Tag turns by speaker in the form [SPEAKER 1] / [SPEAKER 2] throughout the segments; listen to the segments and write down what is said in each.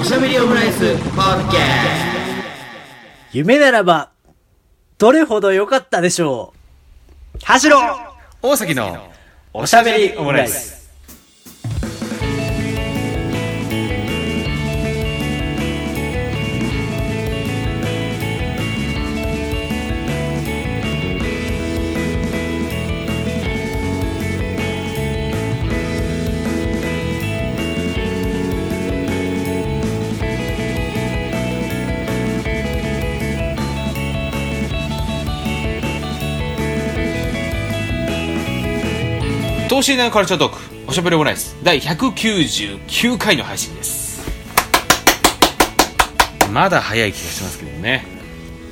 [SPEAKER 1] おしゃべりオムライスポッドキャス
[SPEAKER 2] 夢ならば、どれほど良かったでしょう。走ろう
[SPEAKER 3] 大崎のおしゃべりオムライス。投資内カルチャートークおしゃべりオムライス第199回の配信です。まだ早い気がしますけどね。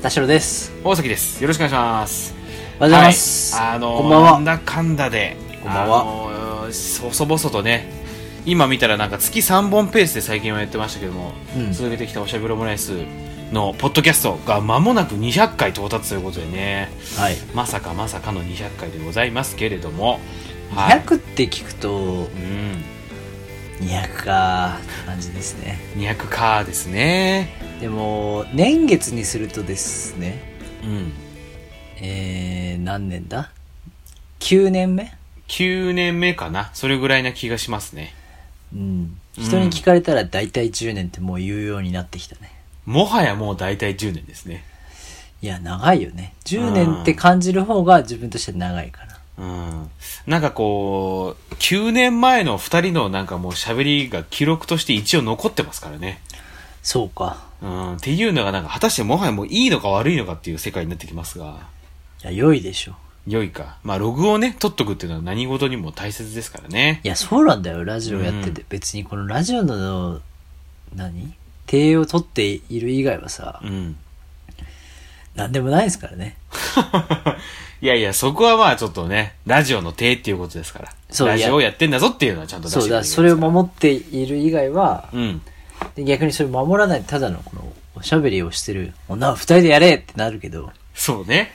[SPEAKER 2] 田代です。
[SPEAKER 3] 大崎です。よろしくお願いします。
[SPEAKER 2] おはようございます。
[SPEAKER 3] はい、あの
[SPEAKER 2] こんばん
[SPEAKER 3] なん
[SPEAKER 2] は。
[SPEAKER 3] だかんだで、
[SPEAKER 2] こんばんは
[SPEAKER 3] あのー細々とね、今見たらなんか月3本ペースで最近はやってましたけども、
[SPEAKER 2] うん
[SPEAKER 3] 続けてきたおしゃべりオムライスのポッドキャストが間もなく200回到達ということでね、
[SPEAKER 2] はい。
[SPEAKER 3] まさかまさかの200回でございますけれども、はい、
[SPEAKER 2] 200って聞くと、
[SPEAKER 3] うん、
[SPEAKER 2] 200かーって感じですね。
[SPEAKER 3] 200かですね。
[SPEAKER 2] でも、年月にするとですね、
[SPEAKER 3] うん。
[SPEAKER 2] えー、何年だ ?9 年目
[SPEAKER 3] 9年目かなそれぐらいな気がしますね。
[SPEAKER 2] うん。人に聞かれたら大体10年ってもう言うようになってきたね。
[SPEAKER 3] もはやもう大体10年ですね。
[SPEAKER 2] いや、長いよね。10年って感じる方が自分として長いから。
[SPEAKER 3] うんなんかこう、9年前の2人のなんかもう喋りが記録として一応残ってますからね。
[SPEAKER 2] そうか。
[SPEAKER 3] うん、っていうのがなんか果たしてもはやもういいのか悪いのかっていう世界になってきますが、
[SPEAKER 2] いや、良いでしょ。
[SPEAKER 3] 良いか。まあログをね、取っとくっていうのは何事にも大切ですからね
[SPEAKER 2] い。や、そうなんだよ、ラジオやってて。別にこのラジオの、何定を取っている以外はさ
[SPEAKER 3] う、ん。
[SPEAKER 2] 何でもないですからね。
[SPEAKER 3] いやいや、そこはまあちょっとね、ラジオの手っていうことですから。
[SPEAKER 2] そう
[SPEAKER 3] ラジオをやってんだぞっていうのはちゃんと出して
[SPEAKER 2] そうだ、
[SPEAKER 3] く
[SPEAKER 2] そ
[SPEAKER 3] れ
[SPEAKER 2] れ
[SPEAKER 3] る
[SPEAKER 2] を
[SPEAKER 3] んです
[SPEAKER 2] 守っている以外は、
[SPEAKER 3] から。うん。
[SPEAKER 2] で逆にそれ守らない、ただのこの、おしゃべりをしてる、女は二人でやれってなるけど、
[SPEAKER 3] そうね。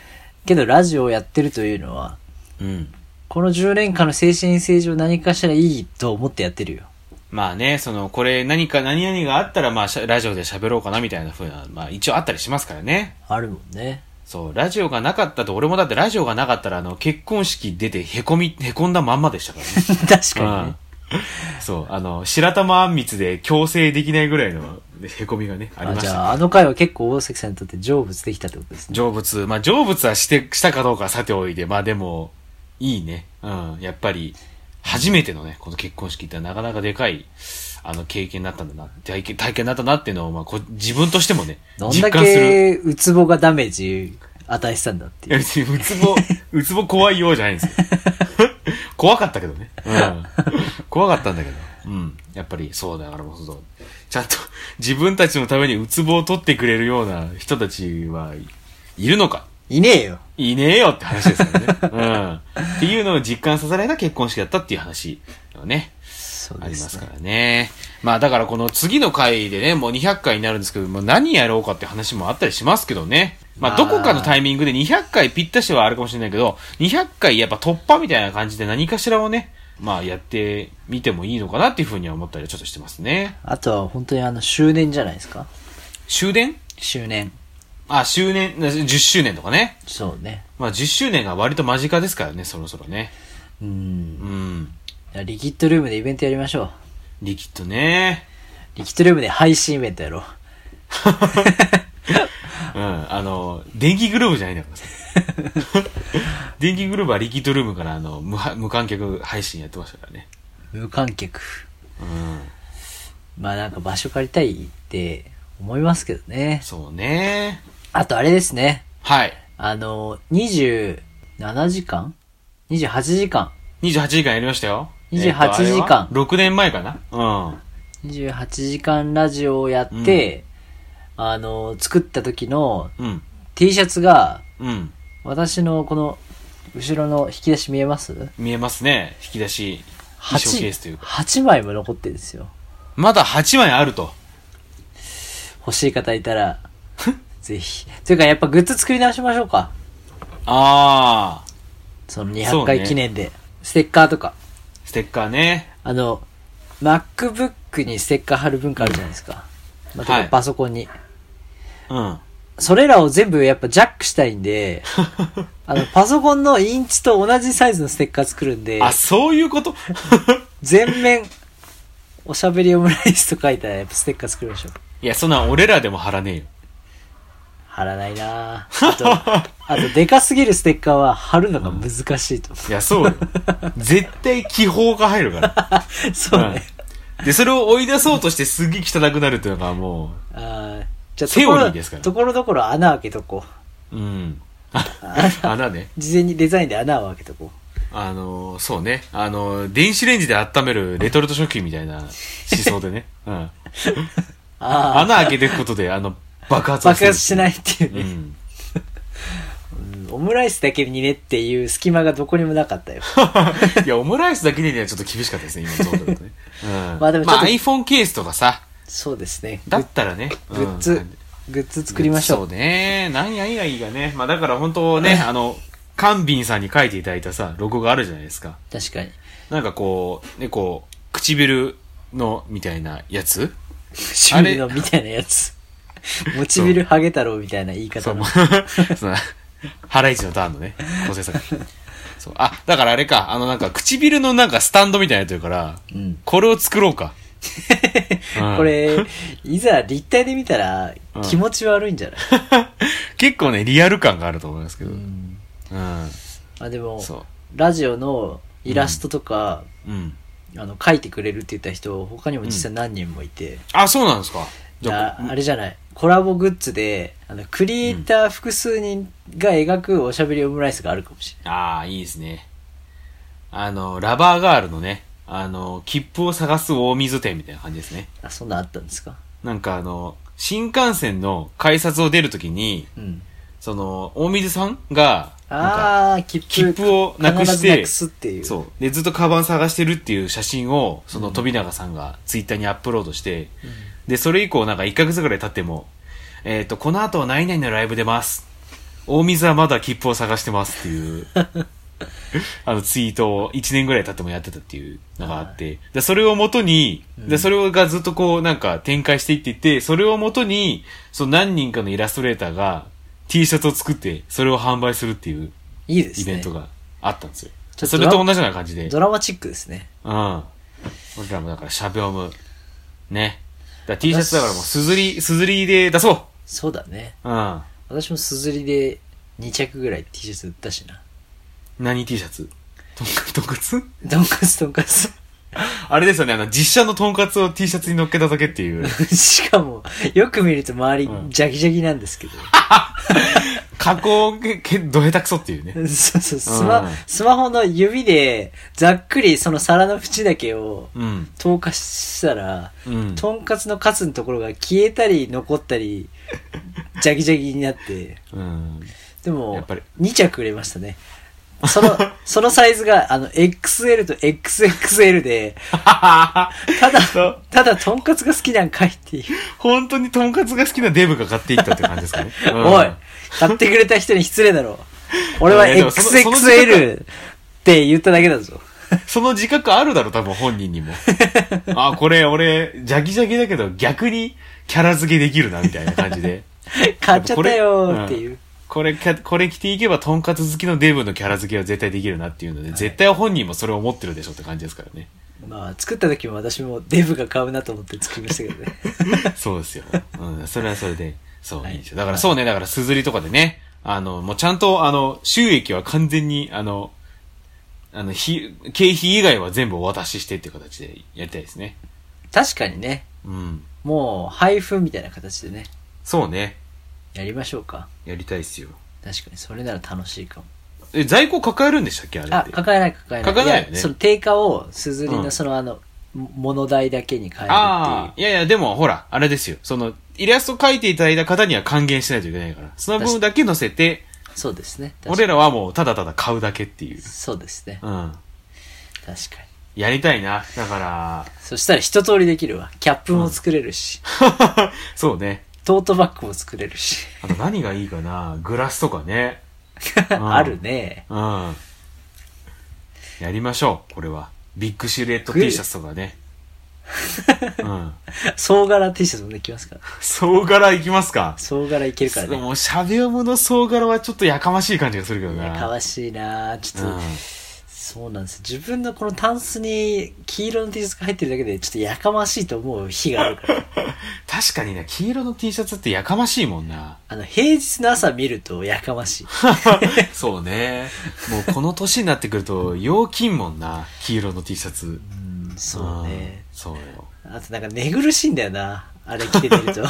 [SPEAKER 2] けどラジオをやってるというのは、
[SPEAKER 3] うん。
[SPEAKER 2] この10年間の精神性上何かしらいいと思ってやってるよ。
[SPEAKER 3] まあね、その、これ何か何々があったら、まあ、しゃラジオで喋ろうかなみたいな風な、まあ一応あったりしますからね。
[SPEAKER 2] あるもんね。
[SPEAKER 3] そう、ラジオがなかったと、俺もだってラジオがなかったら、あの、結婚式出てへこみ、へこんだまんまでしたか
[SPEAKER 2] 確
[SPEAKER 3] ら
[SPEAKER 2] か
[SPEAKER 3] ね。うん。そう、あの、白玉あんみつで強制できないぐらいのへこみがね、あ
[SPEAKER 2] にね。
[SPEAKER 3] り
[SPEAKER 2] あ
[SPEAKER 3] まし
[SPEAKER 2] じ
[SPEAKER 3] た。
[SPEAKER 2] ゃあ、あの回は結構大関さんにとって成仏できたってことですね。
[SPEAKER 3] 成仏、まあ成仏はして、したかどうかはさておいて、まあでも、いいね。うん、やっぱり、初めてのね、この結婚式ってなかなかでかい、あの、経験だったんだな、体験、体験だったなっていうのを、まあこ、自分としてもね、
[SPEAKER 2] どんだ
[SPEAKER 3] 実感する。
[SPEAKER 2] け、うつぼがダメージ与えてたんだって
[SPEAKER 3] い
[SPEAKER 2] い
[SPEAKER 3] や、
[SPEAKER 2] う。
[SPEAKER 3] 別に、うつぼ、 うつぼ怖いようじゃないんですよ。 怖かったけどね。うん。怖かったんだけど。うん。やっぱり、そうだからこそ、ちゃんと、自分たちのためにうつぼを取ってくれるような人たちは、いいるのか。
[SPEAKER 2] いねえよ。
[SPEAKER 3] いねえよって話ですからね。うん。っていうのを実感させられた結婚式だったっていう話をね、
[SPEAKER 2] そう
[SPEAKER 3] あ
[SPEAKER 2] で
[SPEAKER 3] りますす
[SPEAKER 2] ね。
[SPEAKER 3] からね。まあだからこの次の回でね、もう200回になるんですけど、もう何やろうかって話もあったりしますけどね。ま
[SPEAKER 2] ま
[SPEAKER 3] あ
[SPEAKER 2] あ
[SPEAKER 3] どこかのタイミングで200回ぴったしはあるかもしれないけど、200回やっぱ突破みたいな感じで何かしらをね、まあやってみてもいいのかなっていうふうには思ったりはちょっとしてますね。
[SPEAKER 2] あとは本当にあの、周年じゃないですか。
[SPEAKER 3] 終電
[SPEAKER 2] 周年。
[SPEAKER 3] あ、周年、10周年とかね。
[SPEAKER 2] そうね。
[SPEAKER 3] まあ10周年が割と間近ですからね、そろそろね。
[SPEAKER 2] うん。
[SPEAKER 3] うん。
[SPEAKER 2] いやリキッドルームでイベントやりましょう。
[SPEAKER 3] リキッドね。
[SPEAKER 2] リキッドルームで配信イベントやろう。
[SPEAKER 3] うん。あの、電気グルーブじゃないんだからさ。 電気グルーブはリキッドルームからあの無は無観客配信やってましたからね。
[SPEAKER 2] 無観客。
[SPEAKER 3] うん。
[SPEAKER 2] まあなんか場所借りたいって思いますけどね。
[SPEAKER 3] そうね。
[SPEAKER 2] あとあれですね。
[SPEAKER 3] はい。
[SPEAKER 2] あの、27時間 ?28 時間。
[SPEAKER 3] 28時間やりましたよ。
[SPEAKER 2] 28
[SPEAKER 3] えっとあれは
[SPEAKER 2] 時間
[SPEAKER 3] 6年前かなうん。
[SPEAKER 2] 28時間ラジオをやって、あの、作った時の
[SPEAKER 3] うん。
[SPEAKER 2] T シャツが、
[SPEAKER 3] うん。
[SPEAKER 2] 私のこの、後ろの引き出し見えます
[SPEAKER 3] 見えますね。引き出し、衣装ケースという
[SPEAKER 2] ?8、
[SPEAKER 3] か。
[SPEAKER 2] 八枚も残ってるんですよ。
[SPEAKER 3] まだ8枚あると。
[SPEAKER 2] 欲しい方いたら、ぜひ。というかやっぱグッズ作り直しましょうか。
[SPEAKER 3] あー。
[SPEAKER 2] その
[SPEAKER 3] そう
[SPEAKER 2] 200
[SPEAKER 3] ね
[SPEAKER 2] 回記念で。ステッカーとか。
[SPEAKER 3] ステッカーね。
[SPEAKER 2] あの、 MacBook にステッカー貼る文化あるじゃないですか。まあ、
[SPEAKER 3] はい
[SPEAKER 2] 特にパソコンに。
[SPEAKER 3] うん。
[SPEAKER 2] それらを全部やっぱジャックしたいん で、あの、パソコンのインチと同じサイズのステッカー作るんで、
[SPEAKER 3] あ、そういうこと
[SPEAKER 2] 全面、おしゃべりオムライスと書いたらやっぱステッカー作りましょう。
[SPEAKER 3] いや、そんなん俺らでも貼らねえよ。
[SPEAKER 2] 貼らないな ぁ。あと、あと、でかすぎるステッカーは貼るのが難しいと。
[SPEAKER 3] いや、そうよ。 絶対気泡が入るから。
[SPEAKER 2] そうね。
[SPEAKER 3] うんで、それを追い出そうとしてすっげえ汚くなるというのがも
[SPEAKER 2] あーじゃあ
[SPEAKER 3] セオリーですから
[SPEAKER 2] ところどころ穴開けとこ
[SPEAKER 3] う、うん。あ穴ね。
[SPEAKER 2] う。事前にデザインで穴を開けとこ
[SPEAKER 3] あのー、そうね。あのー、電子レンジで温めるレトルト食品みたいな思想でね。うん。
[SPEAKER 2] う。ああ、
[SPEAKER 3] 穴開けていくことで、あの、爆発を。
[SPEAKER 2] 爆発しないいっていう
[SPEAKER 3] う
[SPEAKER 2] ね、
[SPEAKER 3] ん。
[SPEAKER 2] オムライスだけにねっていう隙間がどこにもなかったよ。
[SPEAKER 3] いや、オムライスだけにはちょっと厳しかったですね、今のところね。うん。
[SPEAKER 2] まあ
[SPEAKER 3] まあ
[SPEAKER 2] で
[SPEAKER 3] で
[SPEAKER 2] も
[SPEAKER 3] も、
[SPEAKER 2] ちょっと
[SPEAKER 3] iPhone ケースとかさ、
[SPEAKER 2] そうですね。
[SPEAKER 3] だったらね。
[SPEAKER 2] グッ
[SPEAKER 3] う
[SPEAKER 2] ズ
[SPEAKER 3] ん、
[SPEAKER 2] グッズ作りましょ。
[SPEAKER 3] そううね。何やいやいいがね。まあだから本当ね、あの、カンビンさんに書いていただいたさ、ロゴがあるじゃないですか。
[SPEAKER 2] 確 かに。
[SPEAKER 3] なんかこう、ね、こう、唇の、みたいなやつ
[SPEAKER 2] シュールのみたいなやつ。もちびるハゲ太郎みたいな言い
[SPEAKER 3] そ
[SPEAKER 2] 方
[SPEAKER 3] う、
[SPEAKER 2] の
[SPEAKER 3] も。う その、ハライチのターンのね、構成作品。そう。あ、だからあれか、あのなんか唇のなんかスタンドみたいなやつやから、
[SPEAKER 2] うん
[SPEAKER 3] これを作ろ うか。うん
[SPEAKER 2] これ、いざ立体で見たら
[SPEAKER 3] うん
[SPEAKER 2] 気持ち悪いんじゃない、
[SPEAKER 3] 結構ね、リアル感があると思いますけど。う。
[SPEAKER 2] うんんあでも、
[SPEAKER 3] そ
[SPEAKER 2] ラジオのイラストとか、
[SPEAKER 3] う。うん。
[SPEAKER 2] あの、書いてくれるって言った人、他にも実際何人もいて、
[SPEAKER 3] あ、そうなんですか。じゃ
[SPEAKER 2] あ
[SPEAKER 3] あ、
[SPEAKER 2] あれじゃない、コラボグッズで、あの、クリエイター複数人が描くおしゃべりオムライスがあるかもしれない。
[SPEAKER 3] ああ、いいですね。あの、ラバーガールのね、あの、切符を探す大水店みたいな感じですね。
[SPEAKER 2] あ、そんなんあったんですか
[SPEAKER 3] なんかあの、新幹線の改札を出るときに、
[SPEAKER 2] うん。
[SPEAKER 3] その、大水さんが、なんか、
[SPEAKER 2] ああ、切符。
[SPEAKER 3] 切符をなくして
[SPEAKER 2] 必ずなくすっていう。
[SPEAKER 3] そう。で、ずっとカバン探してるっていう写真を、その富永さんがツイッターにアップロードして、で、それ以降なんか1ヶ月ぐらい経っても、えっ、と、この後は何々のライブ出ます。大水はまだ切符を探してますっていう、 あのツイートを1年ぐらい経ってもやってたっていうのがあって、でそれをもとに、で、それがずっとこうなんか展開していっていって、それをもとに、その何人かのイラストレーターが T シャツを作って、それを販売するっていう
[SPEAKER 2] いいですね。
[SPEAKER 3] イベントがあったんですよ。
[SPEAKER 2] ちょっと
[SPEAKER 3] それと同じような感じで。
[SPEAKER 2] ドラマチックですね。
[SPEAKER 3] うん。俺らもだから、しゃべおむ。ね。だから T シャツだからもう、すずり、すずりで出そ
[SPEAKER 2] そうだね。
[SPEAKER 3] ううん。
[SPEAKER 2] 私もすずりで2着ぐらい T シャツ売ったしな。
[SPEAKER 3] 何 T シャツとんか、とんかつ
[SPEAKER 2] ドンカツドンカツ。
[SPEAKER 3] あれですよね、あの、実写のとんかつを T シャツに乗っけただけっ ていう。
[SPEAKER 2] しかも、よく見ると周り、ジャギジャギなんですけど。
[SPEAKER 3] 加工け、け、ど下手くそっていうね。
[SPEAKER 2] そうそう、スマ
[SPEAKER 3] うん、
[SPEAKER 2] スマホの指で、ざっくりその皿の縁だけを、
[SPEAKER 3] うん。
[SPEAKER 2] 透過したら、
[SPEAKER 3] うん。
[SPEAKER 2] とんかつのカツのところが消えたり残ったり、ジャギジャギになって、
[SPEAKER 3] うん。
[SPEAKER 2] で
[SPEAKER 3] や
[SPEAKER 2] も
[SPEAKER 3] っぱり、
[SPEAKER 2] 2着売れましたね。そ の、そのサイズが、あの、XL と XXL で、ただ、ただ、とんかつが好きなんかいっていう。
[SPEAKER 3] 本当にとんかつが好きなデブが買っていったって感じですかね。うん
[SPEAKER 2] おい、買ってくれた人に失礼だろ。俺はい
[SPEAKER 3] やでもそのその
[SPEAKER 2] XXL って言っただけだぞ。
[SPEAKER 3] その自覚あるだろ、多分本人 にも。あ、これ俺、ジャギジャギだけど逆にキャラ付けできるな、みたいな感 じで。
[SPEAKER 2] 買っちゃったよーってい
[SPEAKER 3] や
[SPEAKER 2] う。
[SPEAKER 3] これ、キャこれ着ていけば、とんかつ好きのデブのキャラ付けは絶対できるなっていうので、絶対本人もそれを思ってるでしょって感じですから ね。
[SPEAKER 2] まあ、作った時も私もデブが買うなと思って作りましたけどね。
[SPEAKER 3] そうですよ。うん、それはそれで。そう、
[SPEAKER 2] はい
[SPEAKER 3] い、いですよ。だからそうね、だからすずりとかでね、あの、もうちゃんと、あの、収益は完全に、あの、あの、ひ、経費以外は全部お渡ししてって形でやりたいですね。
[SPEAKER 2] 確かにね、
[SPEAKER 3] うん。
[SPEAKER 2] もう配布みたいな形でね、
[SPEAKER 3] そうね。
[SPEAKER 2] やりましょうか。
[SPEAKER 3] やりたいっすよ。
[SPEAKER 2] 確かに、それなら楽しいかも。
[SPEAKER 3] え、在庫抱えるんでしたっけあれって。
[SPEAKER 2] あ、抱えない抱えない。
[SPEAKER 3] 抱えないよね
[SPEAKER 2] やその定価を、すずり
[SPEAKER 3] う
[SPEAKER 2] の
[SPEAKER 3] ん
[SPEAKER 2] そのあの、も物代だけに変える
[SPEAKER 3] ああ
[SPEAKER 2] っ、
[SPEAKER 3] いやいや、でもほら、あれですよ。その、イラスト描いていただいた方には還元しないといけないから。その分だけ載せて、
[SPEAKER 2] ていう。そうですね。確か
[SPEAKER 3] 俺らはもうただただ買うだけっていう。
[SPEAKER 2] そうですね。
[SPEAKER 3] うん。
[SPEAKER 2] 確かに。
[SPEAKER 3] やりたいな。だか
[SPEAKER 2] そしたら一通りできるわ。キャップも作れるし。
[SPEAKER 3] ら、 そうね。
[SPEAKER 2] トートバッグも作れるし。
[SPEAKER 3] あと何がいいかな。グラスとかね。ん
[SPEAKER 2] あるね。
[SPEAKER 3] うん。やりましょう、これは。ビッグシルエット
[SPEAKER 2] グ
[SPEAKER 3] T シャツとかね。うん。
[SPEAKER 2] 総柄 T シャツもできますから。
[SPEAKER 3] 総柄いきますか。
[SPEAKER 2] 総柄いけるから
[SPEAKER 3] で
[SPEAKER 2] ね。
[SPEAKER 3] もう、しゃべおむの総柄はちょっとやかましい感じがするけどな。
[SPEAKER 2] やかましいなぁちょっと、
[SPEAKER 3] うん
[SPEAKER 2] そうなんです。自分のこのタンスに黄色の T シャツが入ってるだけで、ちょっとやかましいと思う日がある から。
[SPEAKER 3] 確かにね、黄色の T シャツってやかましいもんな。
[SPEAKER 2] あの、平日の朝見るとやかましい。
[SPEAKER 3] そうね。もうこの年になってくると、陽気もんな。黄色の T シャツ。
[SPEAKER 2] うんそうね。
[SPEAKER 3] うん。そうよ。
[SPEAKER 2] あとなんか寝苦しいんだよな。あれ着て みると。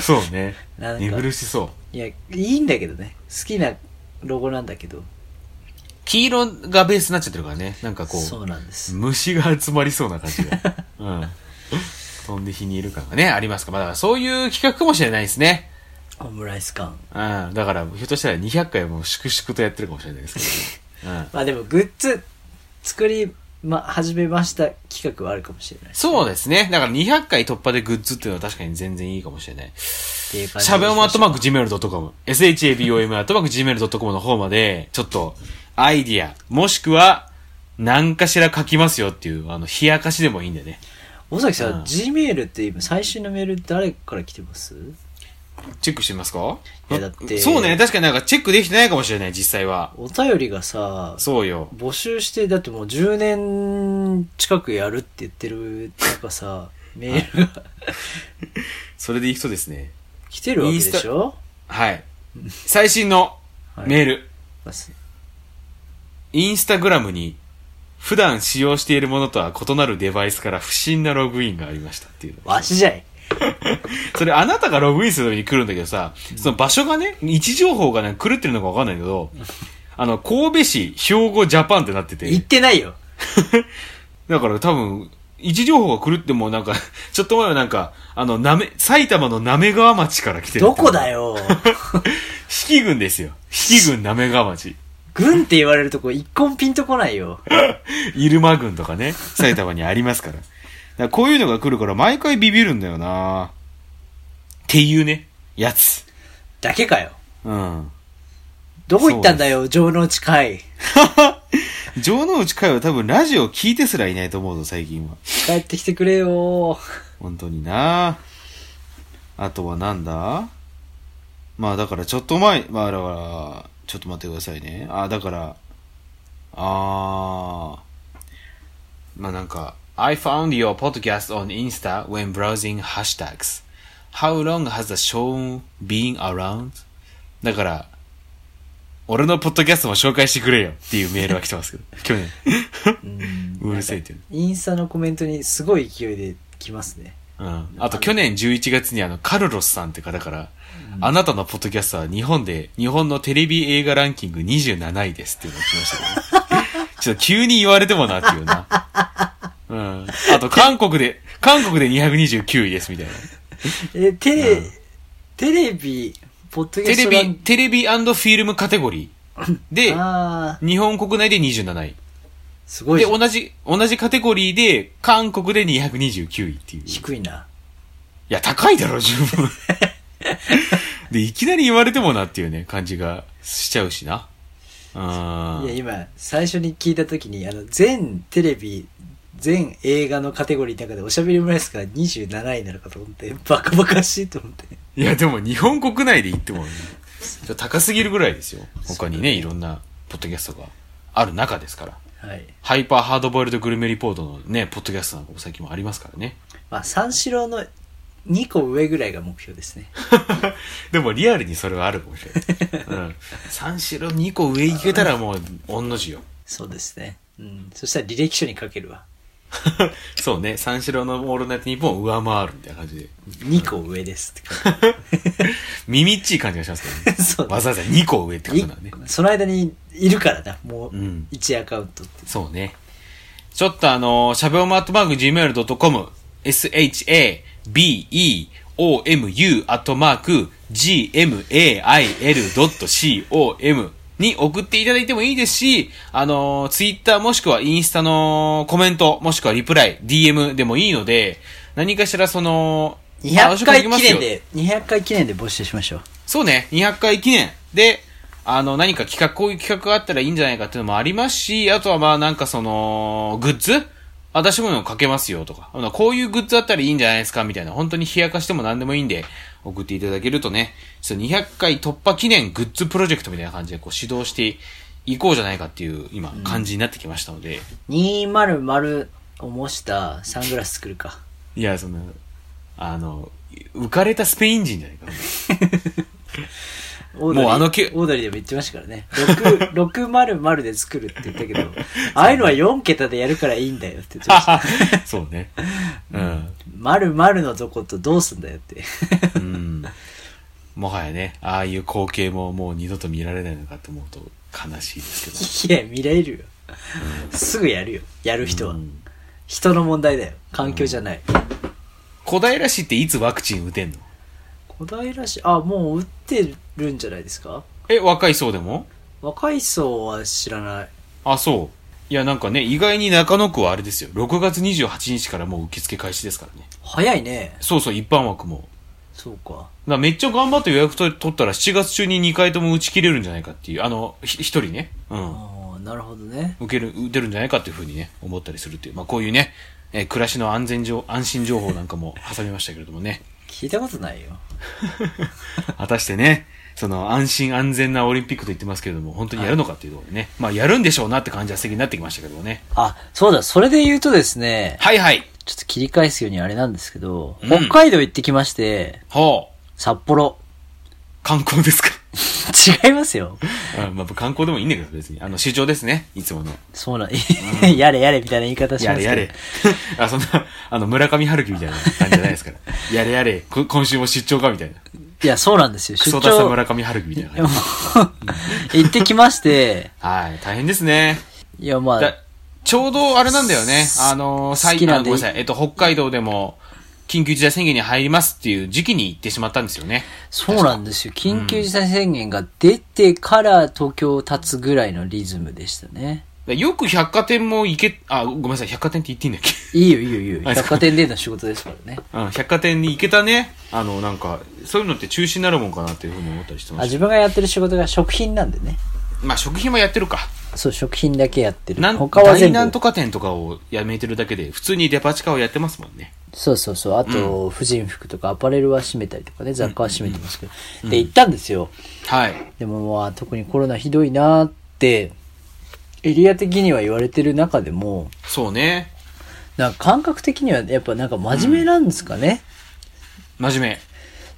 [SPEAKER 3] そうね。
[SPEAKER 2] なんか
[SPEAKER 3] 寝苦しそう。
[SPEAKER 2] いや、いいんだけどね。好きなロゴなんだけど。
[SPEAKER 3] 黄色がベースになっちゃってるからね。なんかこ、
[SPEAKER 2] そううなんです。
[SPEAKER 3] 虫が集まりそうな感じ が。うん。飛んで火にいる感がね、ありますから。まあだからそういう企画かもしれないですね。
[SPEAKER 2] オムライス感。
[SPEAKER 3] うん。だから、ひょっとしたら200回も粛々とやってるかもしれないですけ ど。うん。
[SPEAKER 2] まあでもグッズ作り、ま、始めました企画はあるかもしれない。っ
[SPEAKER 3] そうですね。だから200回突破でグッズっていうのは確かに全然いいかもしれない。
[SPEAKER 2] ていう感じ
[SPEAKER 3] しゃべおまアットマーク Gmail.com、shabom アットマーク Gmail.com の方まで、ちょっと、アイディア、もしくは、何かしら書きますよっていう、あの、冷やかしでもいいんでね。
[SPEAKER 2] 尾崎さ
[SPEAKER 3] うん
[SPEAKER 2] ん、G メールって今最新のメール誰から来てます
[SPEAKER 3] チェックしてみますか
[SPEAKER 2] いやだって
[SPEAKER 3] そうね、確かになんかチェックできてないかもしれない、実際は。
[SPEAKER 2] お便りがさ、
[SPEAKER 3] そうよ。
[SPEAKER 2] 募集して、だってもう10年近くやるって言ってる、なんかさ、メールが
[SPEAKER 3] それでいくとですね。
[SPEAKER 2] 来てるわけでしょ
[SPEAKER 3] はい。最新のメール。
[SPEAKER 2] まあす
[SPEAKER 3] インスタグラムに普段使用しているものとは異なるデバイスから不審なログインがありましたっていう。
[SPEAKER 2] わしじゃい。
[SPEAKER 3] それあなたがログインするために来るんだけどさ、その場所がね、位置情報がね、狂ってるのかわかんないけど、あの、神戸市、兵庫、ジャパンってなって、
[SPEAKER 2] 言っててないよ。
[SPEAKER 3] だから多分、位置情報が狂ってもうなんか、 ちょっと前はなんか、あの、なめ、埼玉のなめ川町から来てる。
[SPEAKER 2] どこ だ
[SPEAKER 3] よ
[SPEAKER 2] よ。
[SPEAKER 3] 引軍ですよ。引軍なめ川町。
[SPEAKER 2] 軍って言われるとこ一個もピンとこないよ。
[SPEAKER 3] 入間軍とかね、埼玉にありますから。だからこういうのが来るから毎回ビビるんだよなっていうね、やつ。
[SPEAKER 2] だけかよ。
[SPEAKER 3] うん。
[SPEAKER 2] どこ行ったんだよ、城之内 海。
[SPEAKER 3] 城之内会は多分ラジオ聞いてすらいないと思うぞ、最近は。
[SPEAKER 2] 帰ってきてくれよ。
[SPEAKER 3] 本当になあとはなんだまあだからちょっと前、まあだから、ちょっと待ってくださいね。あだから、あー。まあなんか、I found your podcast on Insta when browsing hashtags. How long has the show been around? だから、俺のポッドキャストも紹介してくれよっていうメールは来てますけど、去年。うるせえっていう。
[SPEAKER 2] インスタのコメントにすごい勢いで来ますね。
[SPEAKER 3] うんあと去年11月にあの、カルロスさんって方から、あなたのポッドキャストは日本で、日本のテレビ映画ランキング27位ですっていうのが来ましたけどね。ちょっと急に言われてもなっていうな。うん。あと韓国で、韓国で229位ですみたいな。
[SPEAKER 2] え、テレ、テレビ、ポッドキャ
[SPEAKER 3] テ
[SPEAKER 2] ス
[SPEAKER 3] レ
[SPEAKER 2] トラ
[SPEAKER 3] ビ、
[SPEAKER 2] ン
[SPEAKER 3] テレビフィルムカテゴリーで、
[SPEAKER 2] ああ、
[SPEAKER 3] 日本国内で27位。
[SPEAKER 2] すごい
[SPEAKER 3] で、
[SPEAKER 2] じゃん
[SPEAKER 3] 同じ、同じカテゴリーで、韓国で229位っていう。
[SPEAKER 2] 低いな。
[SPEAKER 3] いや、高いだろ、十 分。で、いきなり言われてもなっていうね、感じがしちゃうしな。うーん。
[SPEAKER 2] いや、今、最初に聞いたときに、あの、全テレビ、全映画のカテゴリーの中でおしゃべりムライスが27位になるかと思って、バカバカしいと思って。
[SPEAKER 3] いや、でも日本国内で言っても、ね、ちょっと高すぎるぐらいですよ。他にね、いろんなポッドキャストがある中ですから。
[SPEAKER 2] はい。
[SPEAKER 3] ハイパーハードボイルドグルメリポートのね、ポッドキャストなんかも最近もありますからね。
[SPEAKER 2] まあ、三四郎の2個上ぐらいが目標ですね。
[SPEAKER 3] でもリアルにそれはあるかもしれない。うん。三四郎2個上行けたらもう、御の字よ。
[SPEAKER 2] そうですね。うん。そしたら履歴書に書けるわ。
[SPEAKER 3] そうね、三四郎のオールナイトニッポンを上回るみたいな感じで。
[SPEAKER 2] 2個上ですって書
[SPEAKER 3] 耳っちい感じがしますけどね。
[SPEAKER 2] く そう
[SPEAKER 3] わざわざ2個上ってことなんね。
[SPEAKER 2] いその間にいるからな、もう
[SPEAKER 3] うん、
[SPEAKER 2] 1アカウントって。
[SPEAKER 3] そうね。ちょっとあのー、しゃべおまアットマーク gmail.com、shabeomu アットマーク gmail.com に送っていただいてもいいですし、あのー、ツイッターもしくはインスタのコメント、もしくはリプライ、DM でもいいので、何かしらその、あ
[SPEAKER 2] 200回記念
[SPEAKER 3] お仕掛けきますよ
[SPEAKER 2] で、200回記念で募集しましょう。
[SPEAKER 3] そうね、200回記念で、あの、何か企画、こういう企画があったらいいんじゃないかっていうのもありますし、あとはまあなんかその、グッズ私ものかけますよとか、あのこういうグッズあったらいいんじゃないですかみたいな、本当に冷やかしても何でもいいんで、送っていただけるとね、その200回突破記念グッズプロジェクトみたいな感じでこう指導していこうじゃないかっていう、今、感じになってきましたので、
[SPEAKER 2] 200を模したサングラス作るか。
[SPEAKER 3] いや、その、あの、浮かれたスペイン人じゃないかな。
[SPEAKER 2] オードリー
[SPEAKER 3] もうあのけ
[SPEAKER 2] オードリーでも言ってましたからね。6 600で作るって言 ったけど、ああいうのは4桁でやるからいいんだよって言ってました。
[SPEAKER 3] そうね。うん。
[SPEAKER 2] 丸々のとことどうすんだよって。
[SPEAKER 3] うん。もはやね、ああいう光景ももう二度と見られないのかと思うと悲しいです
[SPEAKER 2] いや、見られるよ。すぐやるよ。やる
[SPEAKER 3] け
[SPEAKER 2] 人
[SPEAKER 3] ど。
[SPEAKER 2] は
[SPEAKER 3] う。ん
[SPEAKER 2] 人の問題だよ。環境じゃない。
[SPEAKER 3] 小平市っていつワクチン打てんの
[SPEAKER 2] 小平市、あ、もう打ってるんじゃないですか
[SPEAKER 3] え、若いそうでも
[SPEAKER 2] 若い層は知らない。
[SPEAKER 3] あ、そう。いや、なんかね、意外に中野区はあれですよ。6月28日からもう受付開始ですからね。
[SPEAKER 2] 早いね。
[SPEAKER 3] そうそう、一般枠も。
[SPEAKER 2] そうか。
[SPEAKER 3] だからめっちゃ頑張って予約と取ったら7月中に2回とも打ち切れるんじゃないかっていう、あの、ひ一人ね。う
[SPEAKER 2] あ
[SPEAKER 3] ん。
[SPEAKER 2] あ、なるほどね。
[SPEAKER 3] 受ける、打てるんじゃないかっていうふうにね、思ったりするっていう。まあこういうね、えー暮らしの安全情、安心情報なんかも挟みましたけれども ね。
[SPEAKER 2] 聞いたことないよ。
[SPEAKER 3] 果たしてね、その安心安全なオリンピックと言ってますけれども、本当にやるのかっていうところでね。まあやるんでしょうなって感じは素敵になってきましたけどもね。
[SPEAKER 2] あ、そうだ、それで言うとですね、
[SPEAKER 3] はいはい。
[SPEAKER 2] ちょっと切り返すようにあれなんですけど、
[SPEAKER 3] うん
[SPEAKER 2] 北海道行ってきまして、
[SPEAKER 3] ほう。
[SPEAKER 2] 札幌。
[SPEAKER 3] 観光ですか。
[SPEAKER 2] 違いますよ。
[SPEAKER 3] うんまあ観光でもいいんだけど別に。あの、市場ですね。いつもの。
[SPEAKER 2] そうなん、 やれやれみたいな言い方し
[SPEAKER 3] や
[SPEAKER 2] ます
[SPEAKER 3] れ
[SPEAKER 2] けど。
[SPEAKER 3] や れ。あ、そんな、あの、村上春樹みたいな感じじゃないですから。 やれやれ。こ今週も出張かみたいな。
[SPEAKER 2] いや、そうなんですよ。
[SPEAKER 3] ク
[SPEAKER 2] 出
[SPEAKER 3] ソ
[SPEAKER 2] 張。
[SPEAKER 3] ダサ村上春樹みたいな感じ。
[SPEAKER 2] 行ってきまして、
[SPEAKER 3] はい。大変ですね。
[SPEAKER 2] いや、まあ
[SPEAKER 3] だ、ちょうどあれなんだよね。あのー、最
[SPEAKER 2] 好き
[SPEAKER 3] 近、
[SPEAKER 2] なん
[SPEAKER 3] あ
[SPEAKER 2] で
[SPEAKER 3] ごめんなさい。えっと、北海道でも、緊急事態宣言に入りますっていう時期に行ってしまったんですよね。
[SPEAKER 2] そうなんですよ。緊急事態宣言が出てから東京を立つぐらいのリズムでしたね。
[SPEAKER 3] でよく百貨店も行け、あ、ごめんなさい。百貨店って言っていいんだっけ
[SPEAKER 2] いいよ、いいよ、いいよ。
[SPEAKER 3] あ
[SPEAKER 2] 百貨店での仕事ですからね。
[SPEAKER 3] うん、百貨店に行けたね。あの、なんか、そういうのって中止になるもんかなっていうふうに思ったりして
[SPEAKER 2] あ、
[SPEAKER 3] まし
[SPEAKER 2] 自分がやってる仕事が食品なんでね。
[SPEAKER 3] た。まあ、食品はやってるか。
[SPEAKER 2] そう、食品だけやってる
[SPEAKER 3] な。ん、
[SPEAKER 2] 他は
[SPEAKER 3] 大
[SPEAKER 2] 全
[SPEAKER 3] なん
[SPEAKER 2] 部
[SPEAKER 3] と。か店とかをやめてるだけで、普通にデパ地下をやってますもんね。
[SPEAKER 2] そうそうそう。あと、婦人服とかアパレルは閉めたりとかね、雑貨は閉めてますけど。で、行ったんですよ。
[SPEAKER 3] はい。
[SPEAKER 2] でもまあ、特にコロナひどいなーって、エリア的には言われてる中でも、
[SPEAKER 3] そうね。
[SPEAKER 2] なんか感覚的にはやっぱなんか真面目なんですかね。
[SPEAKER 3] 真面目。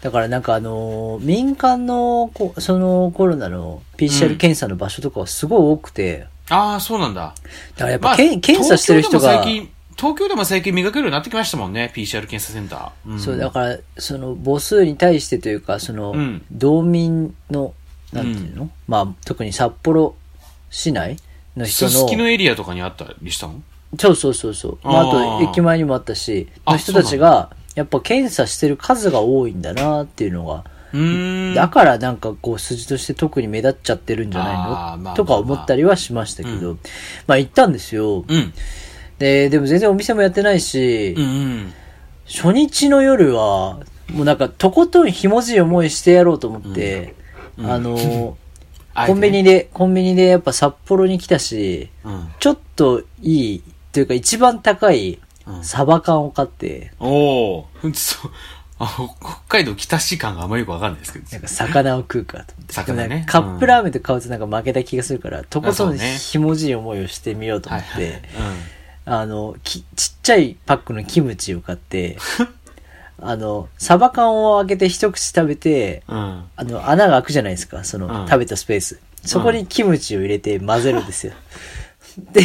[SPEAKER 2] だからなんかあのー民間のこそのコロナの PCR 検査の場所とかはすごい多くて、
[SPEAKER 3] ああ、そうなんだ。
[SPEAKER 2] だからやっぱけん、検査してる人が
[SPEAKER 3] 東京でも最近、東京でも最近見かけるようになってきましたもんね、PCR 検査センター。ん
[SPEAKER 2] そうだからその母数に対してというかその、
[SPEAKER 3] うん
[SPEAKER 2] 道民のなんていうの、まあ特に札幌市内の人
[SPEAKER 3] すすきの
[SPEAKER 2] の
[SPEAKER 3] エリアとかにあったりしたの
[SPEAKER 2] そうそうそうそうまあ、あ
[SPEAKER 3] あ
[SPEAKER 2] と
[SPEAKER 3] ー
[SPEAKER 2] 駅前にもあったし
[SPEAKER 3] あ
[SPEAKER 2] の人たちがやっぱ検査してる数が多いんだなっていうのが
[SPEAKER 3] うーん。
[SPEAKER 2] だからなんかこう数字として特に目立っちゃってるんじゃないの、
[SPEAKER 3] あーまあまあ
[SPEAKER 2] とか思ったりはしましたけど、
[SPEAKER 3] う
[SPEAKER 2] まあ行ったんですよ。
[SPEAKER 3] うん。
[SPEAKER 2] で、でも全然お店もやってないし、
[SPEAKER 3] うんうん。
[SPEAKER 2] 初日の夜は、もうなんかとことんひもじい思いしてやろうと思って、あのー、
[SPEAKER 3] あえて
[SPEAKER 2] コンビニで、コンビニでやっぱ札幌に来たし、
[SPEAKER 3] うん。
[SPEAKER 2] ちょっといい、というか一番高い
[SPEAKER 3] うん
[SPEAKER 2] サバ缶を買って、
[SPEAKER 3] おー。そう。あほ北海道北市感があんまよくわかんないですけど。
[SPEAKER 2] なんか魚を食うかと思って。
[SPEAKER 3] 魚ね
[SPEAKER 2] でもカップラーメンと買うとなんか負けた気がするから、とこ
[SPEAKER 3] あそ
[SPEAKER 2] と
[SPEAKER 3] うんね
[SPEAKER 2] ひもじい思いをしてみようと
[SPEAKER 3] は
[SPEAKER 2] 思
[SPEAKER 3] い
[SPEAKER 2] っ
[SPEAKER 3] はい。
[SPEAKER 2] て、あの、き、ちっちゃいパックのキムチを買って、 あの、サバ缶を開けて一口食べて、
[SPEAKER 3] うん。うん。
[SPEAKER 2] あの、穴が開くじゃないですか、その、
[SPEAKER 3] うん
[SPEAKER 2] 食べたスペース。そこにキムチを入れて混ぜるんですよ。で、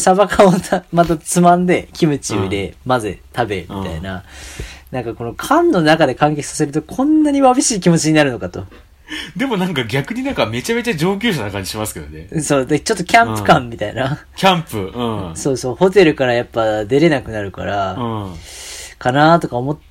[SPEAKER 2] サバ缶を たまたつまんで、キムチを入れ、混ぜ、食べ、みたいな。なんかこの缶の中で完結させるとこんなにわびしい気持ちになるのかと。
[SPEAKER 3] でもなんか逆になんかめちゃめちゃ上級者な感じしますけどね。
[SPEAKER 2] そう、で、ちょっとキャンプ感みたいな。
[SPEAKER 3] キャンプ。うん。
[SPEAKER 2] そうそう、ホテルからやっぱ出れなくなるから、
[SPEAKER 3] うん。
[SPEAKER 2] かなとか思って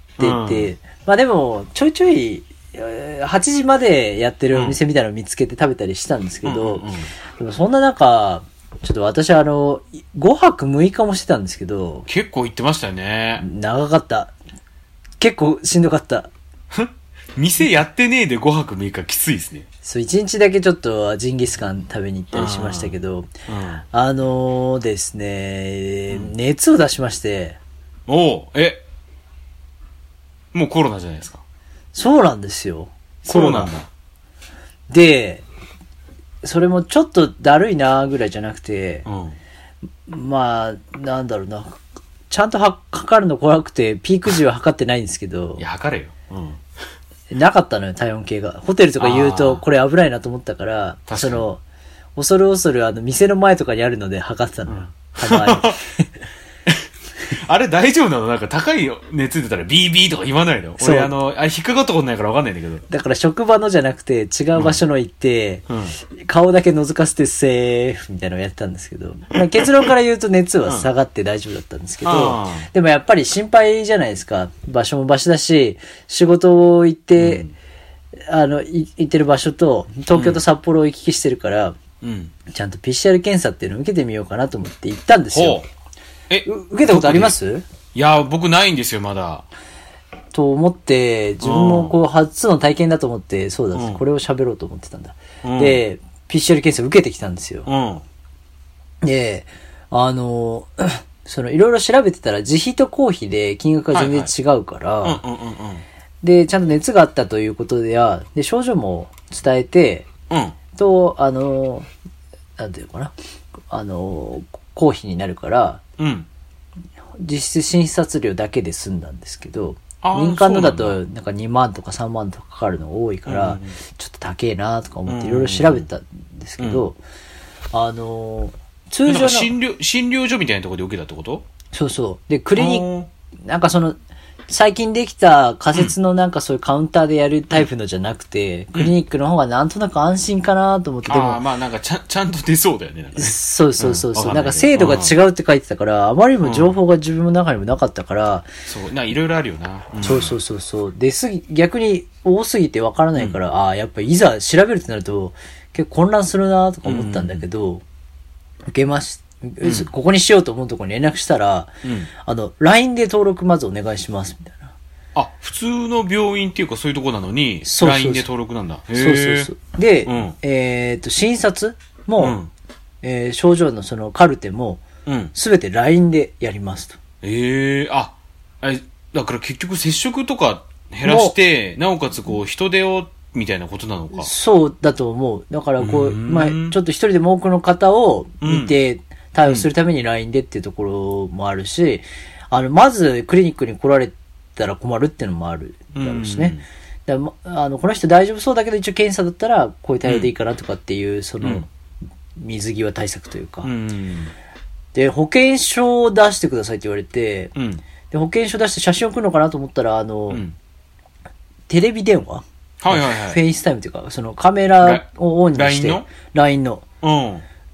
[SPEAKER 2] て、
[SPEAKER 3] う
[SPEAKER 2] まあでも、ちょいちょい、えー8時までやってるお店みたいなの見つけて食べたりしたんですけど、
[SPEAKER 3] うんうんうん
[SPEAKER 2] でもそんな中、ちょっと私あの、5泊6日もしてたんですけど、
[SPEAKER 3] 結構行ってましたよね。
[SPEAKER 2] 長かった。結構しんどかった。
[SPEAKER 3] 店やってねえで5泊6日きついですね。
[SPEAKER 2] そう、一日だけちょっとジンギスカン食べに行ったりしましたけど、
[SPEAKER 3] うん。
[SPEAKER 2] あのーですね、熱を出しまして、
[SPEAKER 3] おうえ、もうコロナじゃないですか。
[SPEAKER 2] そうなんですよ。
[SPEAKER 3] そうなんだ。
[SPEAKER 2] で、それもちょっとだるいなぐらいじゃなくて
[SPEAKER 3] う、ん。
[SPEAKER 2] まあ、なんだろうな、ちゃんとは測るの怖くて、ピーク時は測ってないんですけど
[SPEAKER 3] い、や、測れよ。うん。
[SPEAKER 2] なかったのよ、体温計が。ホテルとか言う
[SPEAKER 3] あ
[SPEAKER 2] と、
[SPEAKER 3] ー
[SPEAKER 2] これ危ないなと思ったから、
[SPEAKER 3] 確かに
[SPEAKER 2] その、恐る恐る、あの、店の前とかにあるので測ってたのよ。たまに
[SPEAKER 3] あれ大丈夫なのなんか高い熱出たらビービーとか言わないの
[SPEAKER 2] そう
[SPEAKER 3] 俺あの、あれ引っかかったことないからわかんないんだけど。
[SPEAKER 2] だから職場のじゃなくて、違う場所の行って、
[SPEAKER 3] うん。
[SPEAKER 2] 顔だけ覗かせてセーフみたいなのをやってたんですけど、まあ結論から言うと熱は下がって大丈夫だったんですけど、
[SPEAKER 3] うんあ
[SPEAKER 2] でもやっぱり心配じゃないですか。場所も場所だし、仕事を行って、あの、い行ってる場所と、東京と札幌を行き来してるから、
[SPEAKER 3] うん。
[SPEAKER 2] ちゃんと PCR 検査っていうのを受けてみようかなと思って行ったんですよ
[SPEAKER 3] ほう。。え、
[SPEAKER 2] う受けたことあります
[SPEAKER 3] いや、僕ないんですよ、まだ。
[SPEAKER 2] と思って、自分もこう初の体験だと思って、そうだ、
[SPEAKER 3] うん
[SPEAKER 2] これを喋ろうと思ってたんだ。
[SPEAKER 3] うん
[SPEAKER 2] で、PCR 検査受けてきたんですよ。
[SPEAKER 3] うん。
[SPEAKER 2] で、あの、 そのいろいろ調べてたら、自費と公費で金額が全然違うから、
[SPEAKER 3] うんうんうんうん。
[SPEAKER 2] で、ちゃんと熱があったということでや、で、症状も伝えて、
[SPEAKER 3] うん。
[SPEAKER 2] と、あの、なんていうのかな、あの、公費になるから、
[SPEAKER 3] うん。
[SPEAKER 2] 実質診察料だけで済んだんですけど、
[SPEAKER 3] あー
[SPEAKER 2] 民間のだ
[SPEAKER 3] そう
[SPEAKER 2] となんか2万とか3万とかかかるの多いから、
[SPEAKER 3] うんうん
[SPEAKER 2] ちょっと高えなとか思っ
[SPEAKER 3] うんうん
[SPEAKER 2] て
[SPEAKER 3] う
[SPEAKER 2] い
[SPEAKER 3] ん
[SPEAKER 2] ろいろ調べたんですけど、あのー通
[SPEAKER 3] なん
[SPEAKER 2] 常の
[SPEAKER 3] か、診療、診療所みたいなところで受けたってこと
[SPEAKER 2] そうそう。で、クリニッ
[SPEAKER 3] あー
[SPEAKER 2] ク、なんかその、最近できた仮設のなんかそういうカウンターでやるタイプのじゃなくて、クリニックの方がなんとなく安心かなと思って、で
[SPEAKER 3] あ
[SPEAKER 2] も
[SPEAKER 3] あ、、まあなんかちゃん、ちゃんと出そうだよね。なんかね
[SPEAKER 2] そうそうそうそう、
[SPEAKER 3] うんわかん
[SPEAKER 2] な
[SPEAKER 3] ない
[SPEAKER 2] んか精度が違うって書いてたから、あまりにも情報が自分の中にもなかったから、
[SPEAKER 3] そう、なんかいろいろあるよな。うん
[SPEAKER 2] そうそうそうそう。出すぎ、逆に多すぎてわからないから、ああ、やっぱいざ調べるってなると、結構混乱するなとか思ったんだけど、受けまし、ここにしようと思うとこに連絡したら、
[SPEAKER 3] うん
[SPEAKER 2] あの、LINE で登録まずお願いします、みたいな。
[SPEAKER 3] あ、普通の病院っていうかそういうとこなのに、
[SPEAKER 2] そうそうそう
[SPEAKER 3] LINE で登録なんだ。へー
[SPEAKER 2] そうそうそう。で、
[SPEAKER 3] うん
[SPEAKER 2] えーっと、診察も、
[SPEAKER 3] うん
[SPEAKER 2] えー症状のそのカルテも、
[SPEAKER 3] うん。
[SPEAKER 2] すべて LINE でやりますと。
[SPEAKER 3] ええあ、え、だから結局接触とか減らして、なおかつこう人手を、みたいなことなのか。
[SPEAKER 2] そうだと思う。だからこう、
[SPEAKER 3] うーん
[SPEAKER 2] まあ、ちょっと一人でも多くの方を見て対応するために LINE でっていうところもあるし、あの、まずクリニックに来られたら困るっていうのもあるだろうしね。だからまあの、この人大丈夫そうだけど一応検査だったらこういう対応でいいかなとかっていう、その、水際対策というか、
[SPEAKER 3] うん。
[SPEAKER 2] で、保険証を出してくださいって言われて、
[SPEAKER 3] うん。
[SPEAKER 2] で、保険証出して写真送るのかなと思ったら、あの、
[SPEAKER 3] うん。
[SPEAKER 2] テレビ電話
[SPEAKER 3] はいはいは
[SPEAKER 2] フ
[SPEAKER 3] い。
[SPEAKER 2] ェイスタイムというか、そのカメラをオンにして、
[SPEAKER 3] ラ
[SPEAKER 2] LINE の。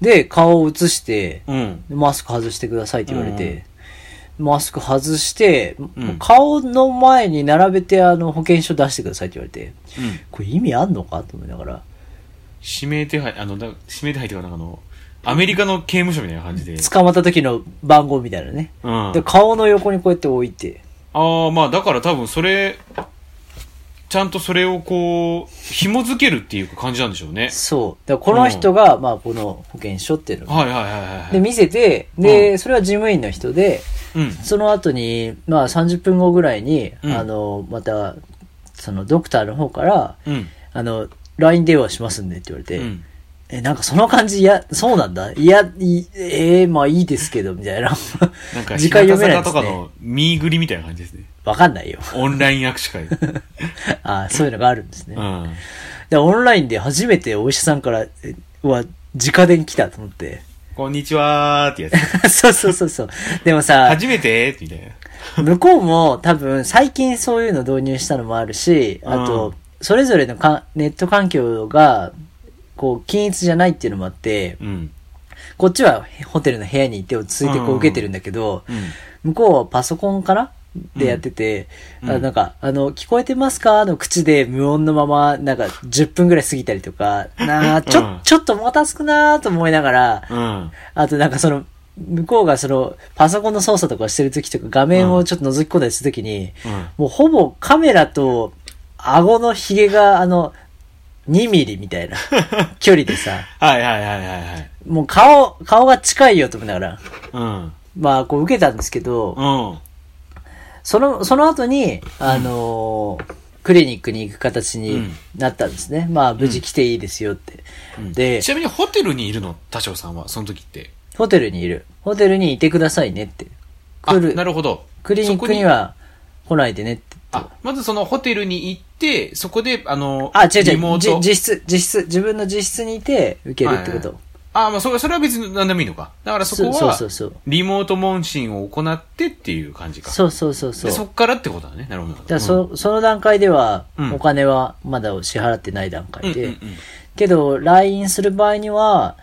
[SPEAKER 2] で、顔を映して、
[SPEAKER 3] うん。うん。
[SPEAKER 2] マスク外してくださいって言われて、マスク外して、顔の前に並べてあの保険証出してくださいって言われて、
[SPEAKER 3] うん。
[SPEAKER 2] これ意味あんのかと思いながら、
[SPEAKER 3] 指名手配、あの、だ指名手配っていうかなんかあの、アメリカの刑務所みたいな感じで。
[SPEAKER 2] 捕まった時の番号みたいなね。
[SPEAKER 3] うん。あ
[SPEAKER 2] で、顔の横にこうやって置いて、
[SPEAKER 3] あ、まあだから多分それ、ちゃんとそれをこう、紐付けるっていう感じなんでしょうね。
[SPEAKER 2] そう。だからこの人が、まあこの保険証っていうのを、
[SPEAKER 3] はいはいはいはいはい。
[SPEAKER 2] で、見せて、で、それは事務員の人で、
[SPEAKER 3] うん。
[SPEAKER 2] その後に、まあ30分後ぐらいに、
[SPEAKER 3] うん
[SPEAKER 2] あの、また、そのドクターの方から、
[SPEAKER 3] うん。
[SPEAKER 2] あの、LINE 電話しますんでって言われて、
[SPEAKER 3] うん。
[SPEAKER 2] え、なんかその感じ、いや、そうなんだいや、いえーまあいいですけど、みたいな。
[SPEAKER 3] なん か、
[SPEAKER 2] 時
[SPEAKER 3] 時
[SPEAKER 2] 間
[SPEAKER 3] 間
[SPEAKER 2] 読
[SPEAKER 3] 読
[SPEAKER 2] めな
[SPEAKER 3] め
[SPEAKER 2] いで
[SPEAKER 3] と
[SPEAKER 2] すね
[SPEAKER 3] かの見ぐりみたいな感じですね。
[SPEAKER 2] わかんないよ。
[SPEAKER 3] オンライン握手会。
[SPEAKER 2] あーそういうのがあるんですね。
[SPEAKER 3] うん。
[SPEAKER 2] で、オンラインで初めてお医者さんから、えは、直電来たと思って。
[SPEAKER 3] こんにちはーって やつ。
[SPEAKER 2] そうそうそうそう。でもさ、
[SPEAKER 3] 初めてみたいな。
[SPEAKER 2] 向こうも多分最近そういうの導入したのもあるし、あ
[SPEAKER 3] う
[SPEAKER 2] と
[SPEAKER 3] ん、
[SPEAKER 2] それぞれのかネット環境が、こう、均一じゃないっていうのもあって、
[SPEAKER 3] うん。
[SPEAKER 2] こっちはホテルの部屋にいて落ち着いてこう受けてるんだけど、
[SPEAKER 3] う
[SPEAKER 2] 向こうはパソコンかなでやってて、
[SPEAKER 3] うん
[SPEAKER 2] あなんか、あの、聞こえてますかの口で無音のまま、なんか10分ぐらい過ぎたりとか、なあ、ちょ、
[SPEAKER 3] うん
[SPEAKER 2] ちょっともたつくなーと思いながら、
[SPEAKER 3] ん。うん。
[SPEAKER 2] あとなんかその、向こうがその、パソコンの操作とかしてる時とか、画面をちょっと覗き込んだりする時に、
[SPEAKER 3] うん
[SPEAKER 2] もうほぼカメラと、顎のひげが、あの、2ミリみたいな距離で さ、
[SPEAKER 3] はいはいはいはいはい。
[SPEAKER 2] もう顔、顔が近いよと思いながら、
[SPEAKER 3] うん。
[SPEAKER 2] まあ、こう受けたんですけど、
[SPEAKER 3] うん。
[SPEAKER 2] その、その後に、あのークリニックに行く形
[SPEAKER 3] う
[SPEAKER 2] に
[SPEAKER 3] ん
[SPEAKER 2] なったんですね。まあ、無事来ていいですよって。で
[SPEAKER 3] ち、なみにホテルにいるの多少さんは、その時って。
[SPEAKER 2] ホテルにいる。ホテルにいてくださいねって。
[SPEAKER 3] あ、
[SPEAKER 2] 来る。
[SPEAKER 3] なるほど。
[SPEAKER 2] クリニックには来ないでねって。
[SPEAKER 3] そこに。あ、まずそのホテルに行って、そこで、あの、
[SPEAKER 2] あ、違う違
[SPEAKER 3] リ
[SPEAKER 2] う。
[SPEAKER 3] モー
[SPEAKER 2] じ
[SPEAKER 3] ト。
[SPEAKER 2] 実質、実質、自分の実質にいて受けるってこと。
[SPEAKER 3] はいあ、まあそれ、それは別に何でもいいのか。だからそこ
[SPEAKER 2] そう
[SPEAKER 3] は
[SPEAKER 2] そうそうそう、
[SPEAKER 3] リモート問診を行ってっていう感じか。
[SPEAKER 2] そうそうそう
[SPEAKER 3] で
[SPEAKER 2] そう。
[SPEAKER 3] そっからってことだね。なるほど。
[SPEAKER 2] だからそその段階では
[SPEAKER 3] う、ん
[SPEAKER 2] お金はまだ支払ってない段
[SPEAKER 3] うん
[SPEAKER 2] 階
[SPEAKER 3] うんうんう
[SPEAKER 2] で
[SPEAKER 3] ん、
[SPEAKER 2] けど、LINE する場合には、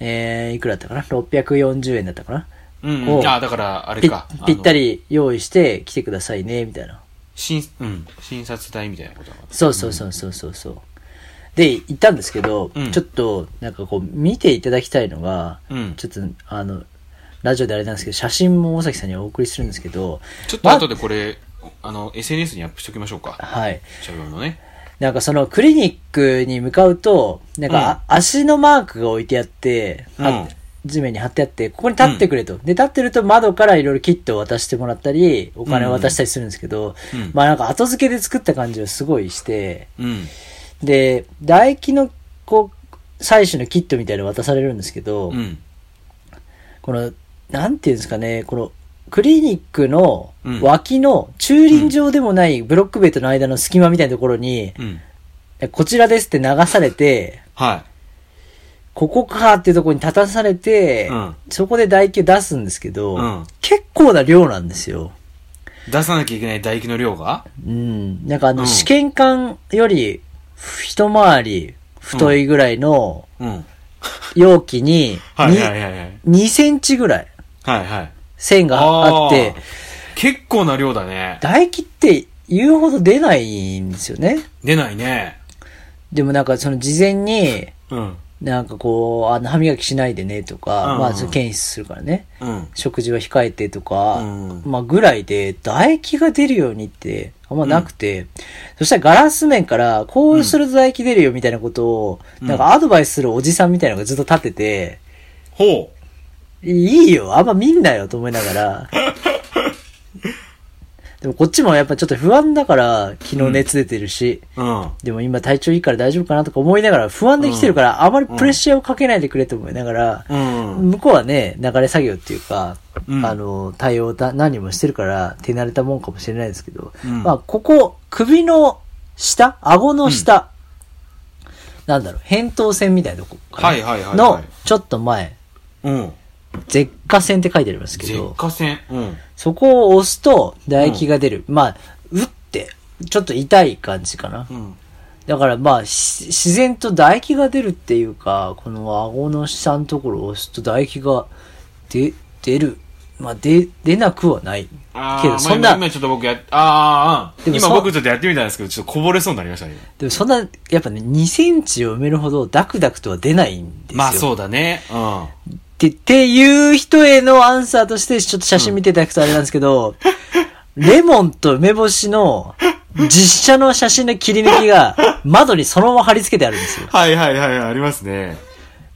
[SPEAKER 2] えー、いくらだったかな ?640 円だったかな
[SPEAKER 3] うん
[SPEAKER 2] こ
[SPEAKER 3] う。
[SPEAKER 2] うん
[SPEAKER 3] あ、だから、あれ
[SPEAKER 2] ぴ
[SPEAKER 3] か。
[SPEAKER 2] ぴった
[SPEAKER 3] あの。
[SPEAKER 2] り用意して来てくださいね、みたいな。
[SPEAKER 3] 診、うん。診察代みたいなことだから
[SPEAKER 2] そうそうそうそうそうそう。で、行ったんですけど、
[SPEAKER 3] うん
[SPEAKER 2] ちょっと、なんかこう、見ていただきたいのが、
[SPEAKER 3] うん
[SPEAKER 2] ちょっと、あの、ラジオであれなんですけど、写真も大崎さんにはお送りするんですけど、
[SPEAKER 3] ちょっと後でこれ、あの、SNS にアップしておきましょうか。
[SPEAKER 2] はい。
[SPEAKER 3] 社長のね。
[SPEAKER 2] なんかそのクリニックに向かうと、なんかあ足のマークが置いてあって、は地面に貼ってあって、ここに立ってくれと。で、立ってると窓からいろいろキットを渡してもらったり、お金を渡したりするんですけど、
[SPEAKER 3] うん
[SPEAKER 2] まあなんか後付けで作った感じがすごいして、
[SPEAKER 3] うん。
[SPEAKER 2] で、唾液のこう、採取のキットみたいなの渡されるんですけど、
[SPEAKER 3] うん。
[SPEAKER 2] この、なんていうんですかね、この、クリニックの
[SPEAKER 3] うん
[SPEAKER 2] 脇の駐輪場でもないブロック塀との間の隙間みたいなところに、
[SPEAKER 3] うん。
[SPEAKER 2] こちらですって流されて、
[SPEAKER 3] は
[SPEAKER 2] ここかっていうところに立たされて、
[SPEAKER 3] うん
[SPEAKER 2] そこで唾液を出すんですけど、
[SPEAKER 3] うん
[SPEAKER 2] 結構な量なんですよ。
[SPEAKER 3] い。出さなきゃいけない唾液の量が
[SPEAKER 2] うん。なんかあの、
[SPEAKER 3] うん
[SPEAKER 2] 試験管より一回り太いぐらいの
[SPEAKER 3] うん。
[SPEAKER 2] 容器に、
[SPEAKER 3] はいはいはいはい。
[SPEAKER 2] に2センチぐらい
[SPEAKER 3] はいはい。
[SPEAKER 2] 線があって
[SPEAKER 3] ー、結構な量だね。
[SPEAKER 2] 唾液って言うほど出ないんですよね。
[SPEAKER 3] 出ないね。
[SPEAKER 2] でもなんかその事前に、
[SPEAKER 3] うん。
[SPEAKER 2] なんかこう、あの、歯磨きしないでねとか、
[SPEAKER 3] うん
[SPEAKER 2] まあ、その検出するからね。
[SPEAKER 3] うん。
[SPEAKER 2] 食事は控えてとか、
[SPEAKER 3] うん
[SPEAKER 2] まあぐらいで、唾液が出るようにって、あんまなくて、そしたらガラス面から、こうすると唾液出るよみたいなことを、
[SPEAKER 3] うん
[SPEAKER 2] なんかアドバイスするおじさんみたいなのがずっと立ってて、
[SPEAKER 3] ほう。
[SPEAKER 2] いいよ、あんま見んなよと思いな がら。でもこっちもやっぱちょっと不安だから、昨日熱出てるし、
[SPEAKER 3] うん。
[SPEAKER 2] でも今体調いいから大丈夫かなとか思いながら、不安で来てるから、あまりプレッシャーをかけないでくれと思いながら、
[SPEAKER 3] うん。
[SPEAKER 2] 向こうはね、流れ作業っていうか、
[SPEAKER 3] うん
[SPEAKER 2] あの、対応だ、何もしてるから、手慣れたもんかもしれないですけど、
[SPEAKER 3] うん
[SPEAKER 2] まあ、ここ、首の下、顎の下、なんだろう、扁桃腺みたいなとこかな
[SPEAKER 3] はいはいはいはい
[SPEAKER 2] の、ちょっと前、
[SPEAKER 3] うん。
[SPEAKER 2] 舌下腺って書いてありますけ
[SPEAKER 3] 舌
[SPEAKER 2] ど、
[SPEAKER 3] 下腺。うん。
[SPEAKER 2] そこを押すと、唾液が出る。まあ、うって、ちょっと痛い感じかな。
[SPEAKER 3] うん。
[SPEAKER 2] だからまあ、し自然と唾液が出るっていうか、この顎の下のところを押すと唾液が出、出る。まあ、出、出なくはない。
[SPEAKER 3] あー
[SPEAKER 2] けど、そんな、
[SPEAKER 3] まあ今今ちょっと僕やっ、あーあー、
[SPEAKER 2] で
[SPEAKER 3] あー
[SPEAKER 2] も
[SPEAKER 3] 今
[SPEAKER 2] そ
[SPEAKER 3] 僕ちょっとやってみたんですけど、ちょっとこぼれそうになりましたね。今
[SPEAKER 2] でもそんな、やっぱね、2センチを埋めるほどダクダクとは出ないんですよ。
[SPEAKER 3] まあそうだね。うん。
[SPEAKER 2] って、っていう人へのアンサーとして、ちょっと写真見ていただくとあれなんですけ ど、レモンと梅干しの実写の写真の切り抜きが窓にそのまま貼り付けてあるんですよ。
[SPEAKER 3] はいはいはいはい、ありますね。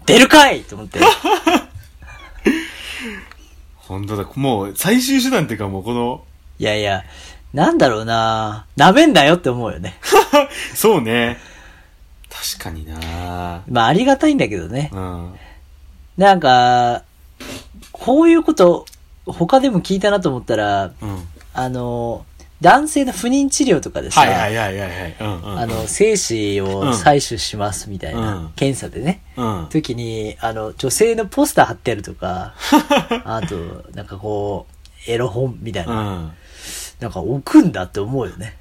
[SPEAKER 2] 出るかいと思って。
[SPEAKER 3] 本当だ。もう、最終手段っていうかもうこの、
[SPEAKER 2] いやいや、なんだろうな舐めんなよって思うよね。
[SPEAKER 3] そうね。確かにな
[SPEAKER 2] まあありがたいんだけどね。
[SPEAKER 3] うん。
[SPEAKER 2] なんか、こういうこと、他でも聞いたなと思ったら、
[SPEAKER 3] うん。
[SPEAKER 2] あの、男性の不妊治療とかですね。
[SPEAKER 3] はいはいはいはいはい。うんうん。
[SPEAKER 2] あの、精子を採取しますみたいな、
[SPEAKER 3] うん
[SPEAKER 2] 検査でね。
[SPEAKER 3] うん。
[SPEAKER 2] 時に、あの、女性のポスター貼ってあると か、あと、なんかこう、エロ本みたいな、
[SPEAKER 3] うん。
[SPEAKER 2] なんか置くんだって思うよね。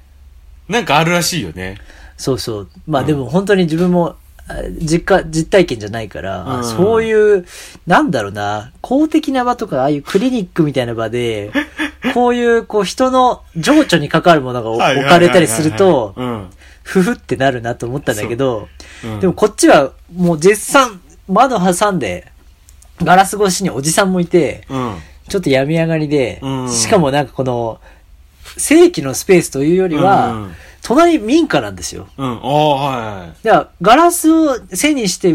[SPEAKER 3] なんかあるらしいよね。
[SPEAKER 2] そうそう。まあでも本当に自分も、あ実家、実体験じゃないから、
[SPEAKER 3] うん
[SPEAKER 2] そういう、なんだろうな、公的な場とか、ああいうクリニックみたいな場で、 こういう、こう人の情緒に関わるものがお置
[SPEAKER 3] はいはい
[SPEAKER 2] かれたりすると
[SPEAKER 3] は、いはいはい
[SPEAKER 2] ふふってなるなと思ったんだけど、
[SPEAKER 3] うん。うん
[SPEAKER 2] でも、こっちはもう絶賛、窓挟んで、ガラス越しにおじさんもいて、
[SPEAKER 3] うん。
[SPEAKER 2] ちょっと病み上がりで、
[SPEAKER 3] うん
[SPEAKER 2] しかもなんかこの、正規のスペースというよりは、
[SPEAKER 3] うん
[SPEAKER 2] 隣民家なんですよ。
[SPEAKER 3] うん。ああ、はいはい。
[SPEAKER 2] だから、ガラスを背にして、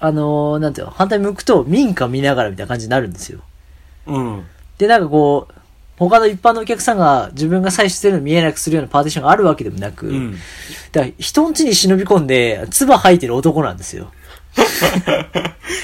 [SPEAKER 2] あのーなんていうの、反対向くと民家見ながらみたいな感じになるんですよ。
[SPEAKER 3] うん。
[SPEAKER 2] で、なんかこう、他の一般のお客さんが自分が採取してるのを見えなくするようなパーティションがあるわけでもなく、
[SPEAKER 3] うん。
[SPEAKER 2] だから人ん家に忍び込んで、唾吐いてる男なんですよ。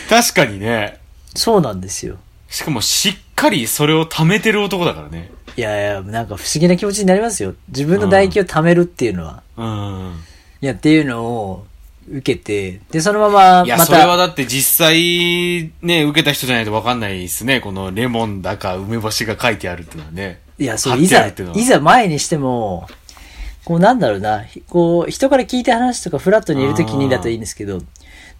[SPEAKER 3] 確かにね。
[SPEAKER 2] そうなんですよ。
[SPEAKER 3] しかもしっかりそれを貯めてる男だからね。
[SPEAKER 2] いやいや、なんか不思議な気持ちになりますよ。自分の唾液を貯めるっていうのは。
[SPEAKER 3] うん。
[SPEAKER 2] いや、っていうのを受けて、で、そのまま、
[SPEAKER 3] いや、
[SPEAKER 2] ま
[SPEAKER 3] それ
[SPEAKER 2] た、
[SPEAKER 3] はだって実際、ね、受けた人じゃないと分かんないですね。このレモンだか梅干しが書いてあるっていうのはね。
[SPEAKER 2] いや、そう、
[SPEAKER 3] 貼
[SPEAKER 2] い
[SPEAKER 3] ってあ
[SPEAKER 2] ざ、
[SPEAKER 3] るっていうのはい
[SPEAKER 2] ざ前にしても、こうなんだろうな、ひこう、人から聞いて話とかフラットにいるときにだといいんですけど、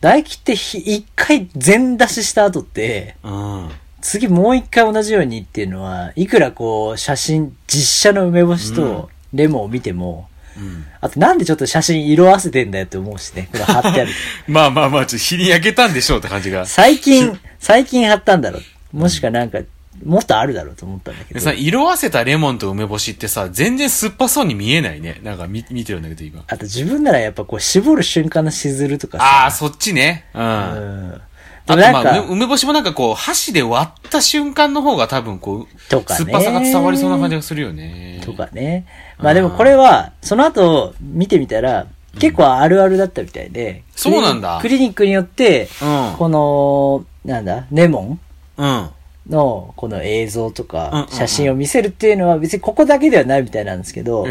[SPEAKER 2] 唾液ってひ一回全出しした後って、
[SPEAKER 3] うん。
[SPEAKER 2] 次もう一回同じようにっていうのは、いくらこう、写真、実写の梅干しとレモンを見ても、
[SPEAKER 3] うん。
[SPEAKER 2] あとなんでちょっと写真色あせてんだよって思うしね、これ貼 ってある。
[SPEAKER 3] まあまあまあ、ちょっと日に焼けたんでしょうって感じが。
[SPEAKER 2] 最近、最近貼ったんだろう。もしかなんか、もっとあるだろうと思ったんだけ
[SPEAKER 3] で
[SPEAKER 2] ど。
[SPEAKER 3] さ、色あせたレモンと梅干しってさ、全然酸っぱそうに見えないね。なんか見見てるんだけど今。
[SPEAKER 2] あと自分ならやっぱこう絞る瞬間のしずるとか
[SPEAKER 3] ああ、
[SPEAKER 2] さ。
[SPEAKER 3] そっちね。うん。
[SPEAKER 2] あう
[SPEAKER 3] あ
[SPEAKER 2] ん。でもな
[SPEAKER 3] とま
[SPEAKER 2] ん
[SPEAKER 3] あ、
[SPEAKER 2] か
[SPEAKER 3] 梅、梅干しもなんかこう、箸で割った瞬間の方が多分こう、
[SPEAKER 2] とかね
[SPEAKER 3] 酸っぱさが伝わりそうな感じがするよね。
[SPEAKER 2] とかね。まあでもこれは、その後見てみたら、結構あるあるだったみたいで。
[SPEAKER 3] そうなんだ
[SPEAKER 2] クリニックによって、
[SPEAKER 3] うん。
[SPEAKER 2] この、なんだ、レモン
[SPEAKER 3] うん。
[SPEAKER 2] のこの映像と
[SPEAKER 3] うんうん
[SPEAKER 2] か
[SPEAKER 3] うん
[SPEAKER 2] 写真を見せるっていうのは別にここだけではないみたいなんですけど、
[SPEAKER 3] へ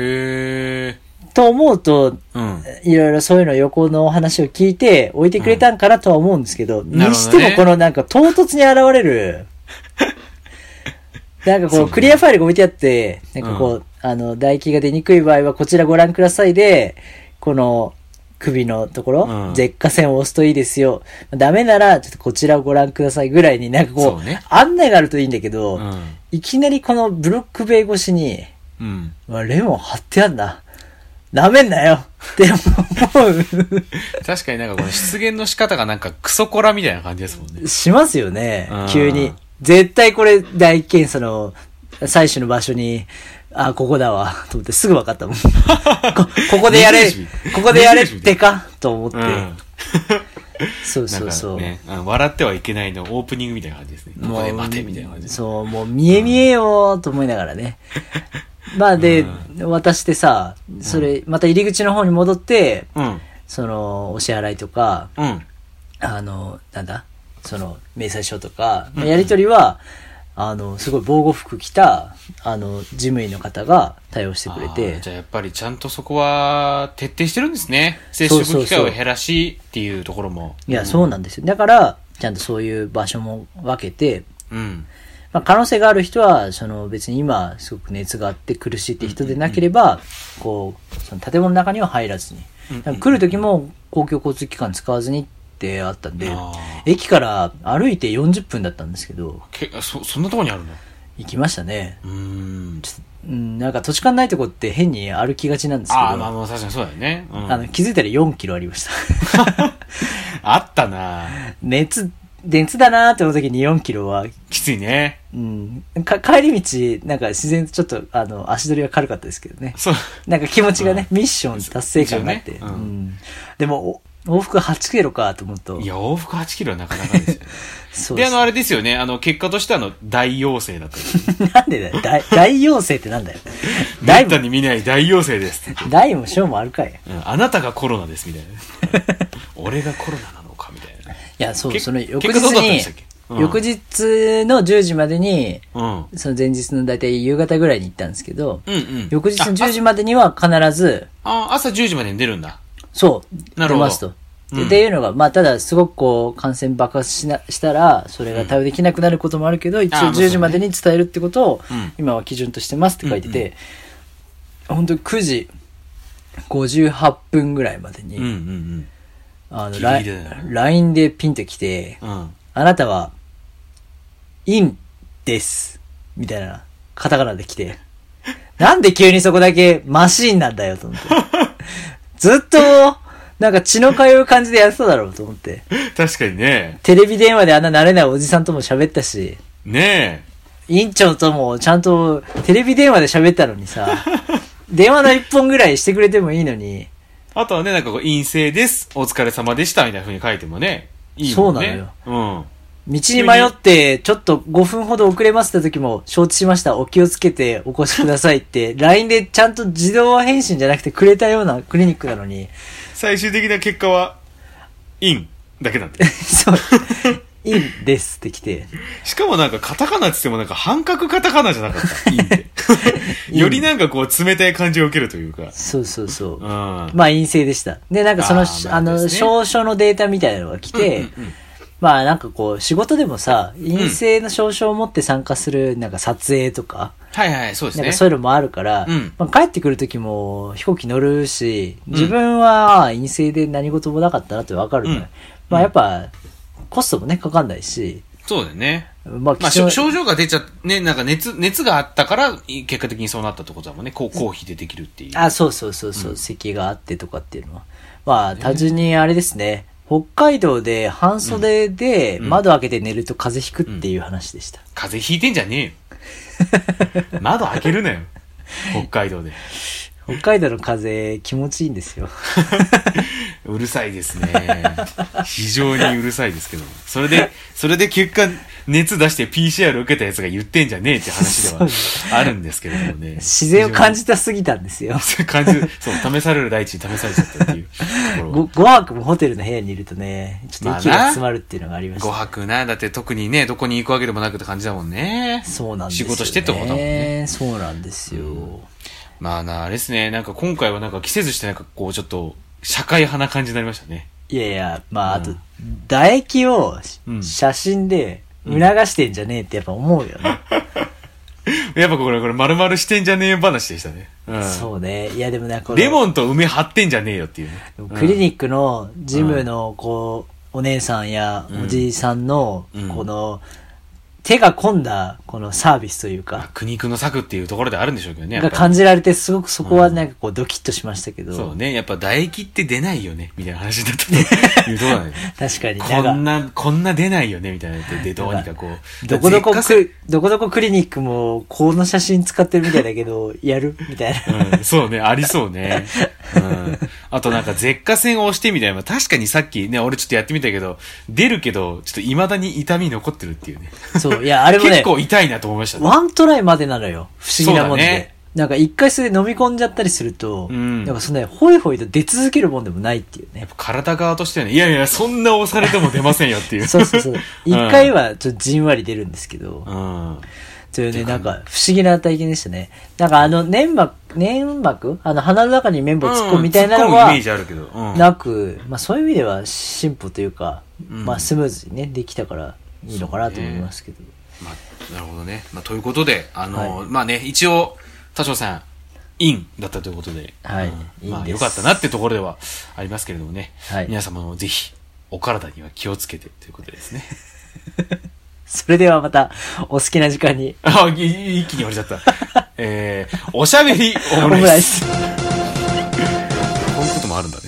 [SPEAKER 3] え。
[SPEAKER 2] と思うと、
[SPEAKER 3] うん。
[SPEAKER 2] いろいろそういうの横のお話を聞いて置いてくれたんかなとは思うんですけど、
[SPEAKER 3] なる
[SPEAKER 2] に
[SPEAKER 3] ほ
[SPEAKER 2] し
[SPEAKER 3] どね
[SPEAKER 2] てもこのなんか唐突に現れる、 なんかこうクリアファイルが置いてあって、なんかこう、あの、唾液が出にくい場合はこちらご覧くださいで、この首のとこ
[SPEAKER 3] う
[SPEAKER 2] ろ
[SPEAKER 3] ん、
[SPEAKER 2] 舌下腺を押すといいですよ。ダメなら、ちょっとこちらをご覧くださいぐらいになんかこ
[SPEAKER 3] そう
[SPEAKER 2] う、
[SPEAKER 3] ね
[SPEAKER 2] 案内があるといいんだけど、
[SPEAKER 3] うん。
[SPEAKER 2] いきなりこのブロック塀越しに、
[SPEAKER 3] うん。
[SPEAKER 2] うわレモン貼ってあんな。舐めんなよって思
[SPEAKER 3] 確かになんかこの出現の仕方がなんかクソコラみたいな感じですもんね。
[SPEAKER 2] う、しますよね
[SPEAKER 3] うん、
[SPEAKER 2] 急に。絶対これ、大検査の、採取の場所に、あ、ここだわ、と思ってすぐ分かったもん。こここでやれ
[SPEAKER 3] 目印、
[SPEAKER 2] ここでやれ
[SPEAKER 3] 目
[SPEAKER 2] っ
[SPEAKER 3] 印みたい
[SPEAKER 2] てか、と思って。
[SPEAKER 3] うん。
[SPEAKER 2] そう
[SPEAKER 3] な
[SPEAKER 2] そ
[SPEAKER 3] ん
[SPEAKER 2] うそ
[SPEAKER 3] か
[SPEAKER 2] う。
[SPEAKER 3] ね、うん笑ってはいけないのオープニングみたいな感じですね。ここで待てみたいな感じです。
[SPEAKER 2] そう、もう見え見えよーと思いながら ね。まあで、渡してさ、それ、また入り口の方に戻って、
[SPEAKER 3] うん。
[SPEAKER 2] その、お支払いとか、
[SPEAKER 3] うん。
[SPEAKER 2] あの、なんだその、明細書とか、まあやりとりは、あの、すごい防護服着た、あの、事務員の方が対応してくれ
[SPEAKER 3] あー
[SPEAKER 2] て
[SPEAKER 3] じ、ゃあやっぱりちゃんとそこは徹底してるんですね。接触
[SPEAKER 2] そうそう
[SPEAKER 3] 機会
[SPEAKER 2] そう
[SPEAKER 3] を減らしっていうところも。
[SPEAKER 2] いや、そうなんですよ。だから、ちゃんとそういう場所も分けて、
[SPEAKER 3] うん。
[SPEAKER 2] まあ、可能性がある人は、その別に今、すごく熱があって苦しいって人でなければ、こう、その建物の中には入らずに。だから来る時も公共交通機関使わずにってあったんで
[SPEAKER 3] あ、
[SPEAKER 2] 駅から歩いて40分だったんですけど、
[SPEAKER 3] けそ、そんなとこにあるの
[SPEAKER 2] 行きましたね。
[SPEAKER 3] うーん。
[SPEAKER 2] うん、なんか土地勘ないとこって変に歩きがちなんですけど、
[SPEAKER 3] ああ、まあ
[SPEAKER 2] あ
[SPEAKER 3] まあ確かにそうだよね。うん、あ
[SPEAKER 2] の気づいたら4キロありました。
[SPEAKER 3] ったな
[SPEAKER 2] 熱、熱だなーって思う時に4キロは、
[SPEAKER 3] きついね。
[SPEAKER 2] うん、か帰り道、なんか自然とちょっとあの足取りは軽かったですけどね。
[SPEAKER 3] そう。
[SPEAKER 2] なんか気持ちがね、ミッション達成感があって。
[SPEAKER 3] 一応
[SPEAKER 2] う
[SPEAKER 3] ねうん
[SPEAKER 2] ん、でも、お往復8キロかと思うと
[SPEAKER 3] い、や、往復8キロはなかなかです よね。
[SPEAKER 2] そう
[SPEAKER 3] で、
[SPEAKER 2] で
[SPEAKER 3] あ
[SPEAKER 2] す
[SPEAKER 3] の、あれですよね。あの、結果としてあの、大陽性だった。
[SPEAKER 2] なんでだよ。大大陽性ってなん だよ。
[SPEAKER 3] め
[SPEAKER 2] 大
[SPEAKER 3] った
[SPEAKER 2] も、
[SPEAKER 3] に見ない大陽性です。
[SPEAKER 2] 大も小もあるかい。い
[SPEAKER 3] うんあなたがコロナです、みたいな ね。俺がコロナなのか、みたいなね。
[SPEAKER 2] や、そう、
[SPEAKER 3] 結
[SPEAKER 2] その翌日
[SPEAKER 3] 結果どうだったんで
[SPEAKER 2] に
[SPEAKER 3] したっけ、うん
[SPEAKER 2] 翌日の10時までに、
[SPEAKER 3] うん。
[SPEAKER 2] その前日の大体夕方ぐらいに行ったんですけど、
[SPEAKER 3] うんうん。
[SPEAKER 2] 翌日の
[SPEAKER 3] あ
[SPEAKER 2] 10時までには必ず、
[SPEAKER 3] あ、朝10時までに出るんだ。
[SPEAKER 2] そう、
[SPEAKER 3] な
[SPEAKER 2] 出
[SPEAKER 3] るほど
[SPEAKER 2] ますと。
[SPEAKER 3] うん
[SPEAKER 2] っていうのが、まあ、ただ、すごくこう、感染爆発しな、したら、それが対応できなくなることもあるけど、一
[SPEAKER 3] あーま
[SPEAKER 2] 応
[SPEAKER 3] あそうね
[SPEAKER 2] 10時までに伝えるってことを
[SPEAKER 3] うん、
[SPEAKER 2] 今は基準としてますって書いてて、本当に9時58分ぐらいまでに、
[SPEAKER 3] うんうん
[SPEAKER 2] あの、
[SPEAKER 3] ギリ
[SPEAKER 2] ラ
[SPEAKER 3] ギリ
[SPEAKER 2] イ
[SPEAKER 3] だよ
[SPEAKER 2] ン LINE でピンときて、
[SPEAKER 3] うん。うん。
[SPEAKER 2] あなたは、インです。みたいな、カタカナで来て。 なんで急にそこだけマシーンなんだよ、と思って。 ずっと、なんか血の通う感じでやってただろうと思って。
[SPEAKER 3] 確かにね。
[SPEAKER 2] テレビ電話であんな慣れないおじさんとも喋ったし、
[SPEAKER 3] ね
[SPEAKER 2] 院長ともちゃんとテレビ電話で喋ったのにさ、電話の一本ぐらいしてくれてもいいのに、
[SPEAKER 3] あとはね、なんかこう、陰性です。お疲れ様でした。みたいな風に書いてもね。いい
[SPEAKER 2] そう
[SPEAKER 3] も
[SPEAKER 2] んなの
[SPEAKER 3] ね
[SPEAKER 2] よ。
[SPEAKER 3] そうなのよ。
[SPEAKER 2] 道に迷って、ちょっと5分ほど遅れますって時も、承知しました。お気をつけてお越しくださいって、LINE でちゃんと自動返信じゃなくてくれたようなクリニックなのに、
[SPEAKER 3] うん。最終的な結果は、陰だけなん だよ。
[SPEAKER 2] そう、いいんですって来て、
[SPEAKER 3] しかもなんかカタカナって言ってもなんか半角カタカナじゃなかった。陰 って。よりなんかこう、冷たい感じを受けるというか。
[SPEAKER 2] そうそうそう。
[SPEAKER 3] うん。ま
[SPEAKER 2] まあ陰性でした。で、なんかその、
[SPEAKER 3] あ
[SPEAKER 2] あ
[SPEAKER 3] ーまあ
[SPEAKER 2] の、
[SPEAKER 3] ですね
[SPEAKER 2] 証書のデータみたいなのが来て、まあなんかこう、仕事でもさ、陰性の証書を持って参加する、なんか撮影とか、
[SPEAKER 3] はいはい、そうです
[SPEAKER 2] なん
[SPEAKER 3] ね
[SPEAKER 2] か。そういうのもあるから、
[SPEAKER 3] うん
[SPEAKER 2] まあ、帰ってくる時も飛行機乗るし、自分はああ陰性で何事もなかったなってわかるのよ、
[SPEAKER 3] うん
[SPEAKER 2] まあやっぱ、コストもね、かかんないし、
[SPEAKER 3] そうだよね。
[SPEAKER 2] まあ、
[SPEAKER 3] まあ、
[SPEAKER 2] 貴重
[SPEAKER 3] 症症状が出ちゃっね、なんか熱、熱があったから、い結果的にそうなったってことだもんね。こう、公費でできるっていう。
[SPEAKER 2] あ、そうそうそうそう、咳があってとかっていうのは。まあ、単純にあれですね、北海道で半袖で窓開けて寝ると風邪ひくっていう話でした。
[SPEAKER 3] 風邪ひいてんじゃねえよ。窓開けるな よ。北海道で。
[SPEAKER 2] 北海道の風気持ちいいんですよ。
[SPEAKER 3] うるさいですね。非常にうるさいですけど。それで、それで結果、熱出して PCR 受けたやつが言ってんじゃねえって話ではあるんですけれどもね。
[SPEAKER 2] 自然を感じたすぎたんです よ。
[SPEAKER 3] 非常に感じる。そう、試される第一に試されちゃったっていうところ
[SPEAKER 2] ご。5泊もホテルの部屋にいるとね、ちょっと息
[SPEAKER 3] まあ
[SPEAKER 2] が
[SPEAKER 3] な
[SPEAKER 2] 詰まるっていうのがありました。
[SPEAKER 3] 5泊な、だって特にね、どこに行くわけでもなくって感じだもんね。
[SPEAKER 2] そうなんですよ、ね。
[SPEAKER 3] 仕事してってことだもんね。
[SPEAKER 2] そうなんですよ。
[SPEAKER 3] まあな、あれですね、なんか今回はなんか着せずしてなんかこうちょっと、社会派な感じになりましたね。
[SPEAKER 2] いやいや、まあ、あ
[SPEAKER 3] う
[SPEAKER 2] と
[SPEAKER 3] ん、
[SPEAKER 2] 唾液を
[SPEAKER 3] うん
[SPEAKER 2] 写真で促してんじゃねえってやっぱ思うよね。
[SPEAKER 3] やっぱこれ、これ丸々してんじゃねえ話でしたね。うん。
[SPEAKER 2] そうね。いや、でもなんかこの
[SPEAKER 3] レモンと梅張ってんじゃねえよっていうね。
[SPEAKER 2] クリニックのジムの、こう、お姉さんやおじいさんの
[SPEAKER 3] うん、
[SPEAKER 2] この、手が込んだ、このサービスというか、
[SPEAKER 3] 苦肉の策っていうところであるんでしょうけどね。や
[SPEAKER 2] が
[SPEAKER 3] っぱ
[SPEAKER 2] 感じられて、すごくそこはなんかこう、ドキッとしましたけど、
[SPEAKER 3] そうね。やっぱ唾液って出ないよね、みたいな話だった というところだね。
[SPEAKER 2] 確かになん
[SPEAKER 3] こん
[SPEAKER 2] か、
[SPEAKER 3] な、こんな出ないよね、みたいなって、で、どうにか こう。
[SPEAKER 2] どこどこ
[SPEAKER 3] せっか
[SPEAKER 2] ク、どこどこクリニックも、この写真使ってるみたいだけ ど、やるみたいな。
[SPEAKER 3] くうん、そうね、ありそうね。うん。あとなんか、舌下腺を押してみたいな。確かにさっきね、俺ちょっとやってみたけど、出るけど、ちょっと未だに痛み残ってるっていうね。
[SPEAKER 2] そう、いや、あれも
[SPEAKER 3] 結
[SPEAKER 2] ね、
[SPEAKER 3] 構痛いなと思いましたね。
[SPEAKER 2] ワントライまでなのよ。不思議なもんで。
[SPEAKER 3] そうだね
[SPEAKER 2] なんか一回それ飲み込んじゃったりすると、
[SPEAKER 3] うん
[SPEAKER 2] なんかそんなにホイホイと出続けるもんでもないっていうね。
[SPEAKER 3] 体側としてはね、いやいや、そんな押されても出ませんよってい う。。
[SPEAKER 2] そうそうそう一回はちょっとじんわり出るんですけど、
[SPEAKER 3] うん。
[SPEAKER 2] というね、なんか不思議な体験でしたね。なんかあの粘膜、粘膜あの鼻の中に綿棒突っ込むみたいなの
[SPEAKER 3] 突っ込む
[SPEAKER 2] は
[SPEAKER 3] イメー、ジあるけど。うん
[SPEAKER 2] なく、まあそういう意味では進歩というか、
[SPEAKER 3] うん
[SPEAKER 2] まあスムーズにね、できたからいいのかなと思いますけど。
[SPEAKER 3] まあ、なるほどね。まあ、ということで、あの、
[SPEAKER 2] はい
[SPEAKER 3] まあね、一応、田代さん、インだったということで、
[SPEAKER 2] はい
[SPEAKER 3] うん
[SPEAKER 2] イン
[SPEAKER 3] まあ、
[SPEAKER 2] です
[SPEAKER 3] よかったなってところではありますけれどもね、
[SPEAKER 2] はい
[SPEAKER 3] 皆様もぜひ、お体には気をつけてということですね。
[SPEAKER 2] それではまた、お好きな時間に、
[SPEAKER 3] あ、い一気に終わりちゃった。えー、おしゃべりオ
[SPEAKER 2] オ
[SPEAKER 3] ム
[SPEAKER 2] ム
[SPEAKER 3] ラ
[SPEAKER 2] ラ
[SPEAKER 3] イ
[SPEAKER 2] イ
[SPEAKER 3] ス。
[SPEAKER 2] ス。
[SPEAKER 3] こういうこともあるんだね。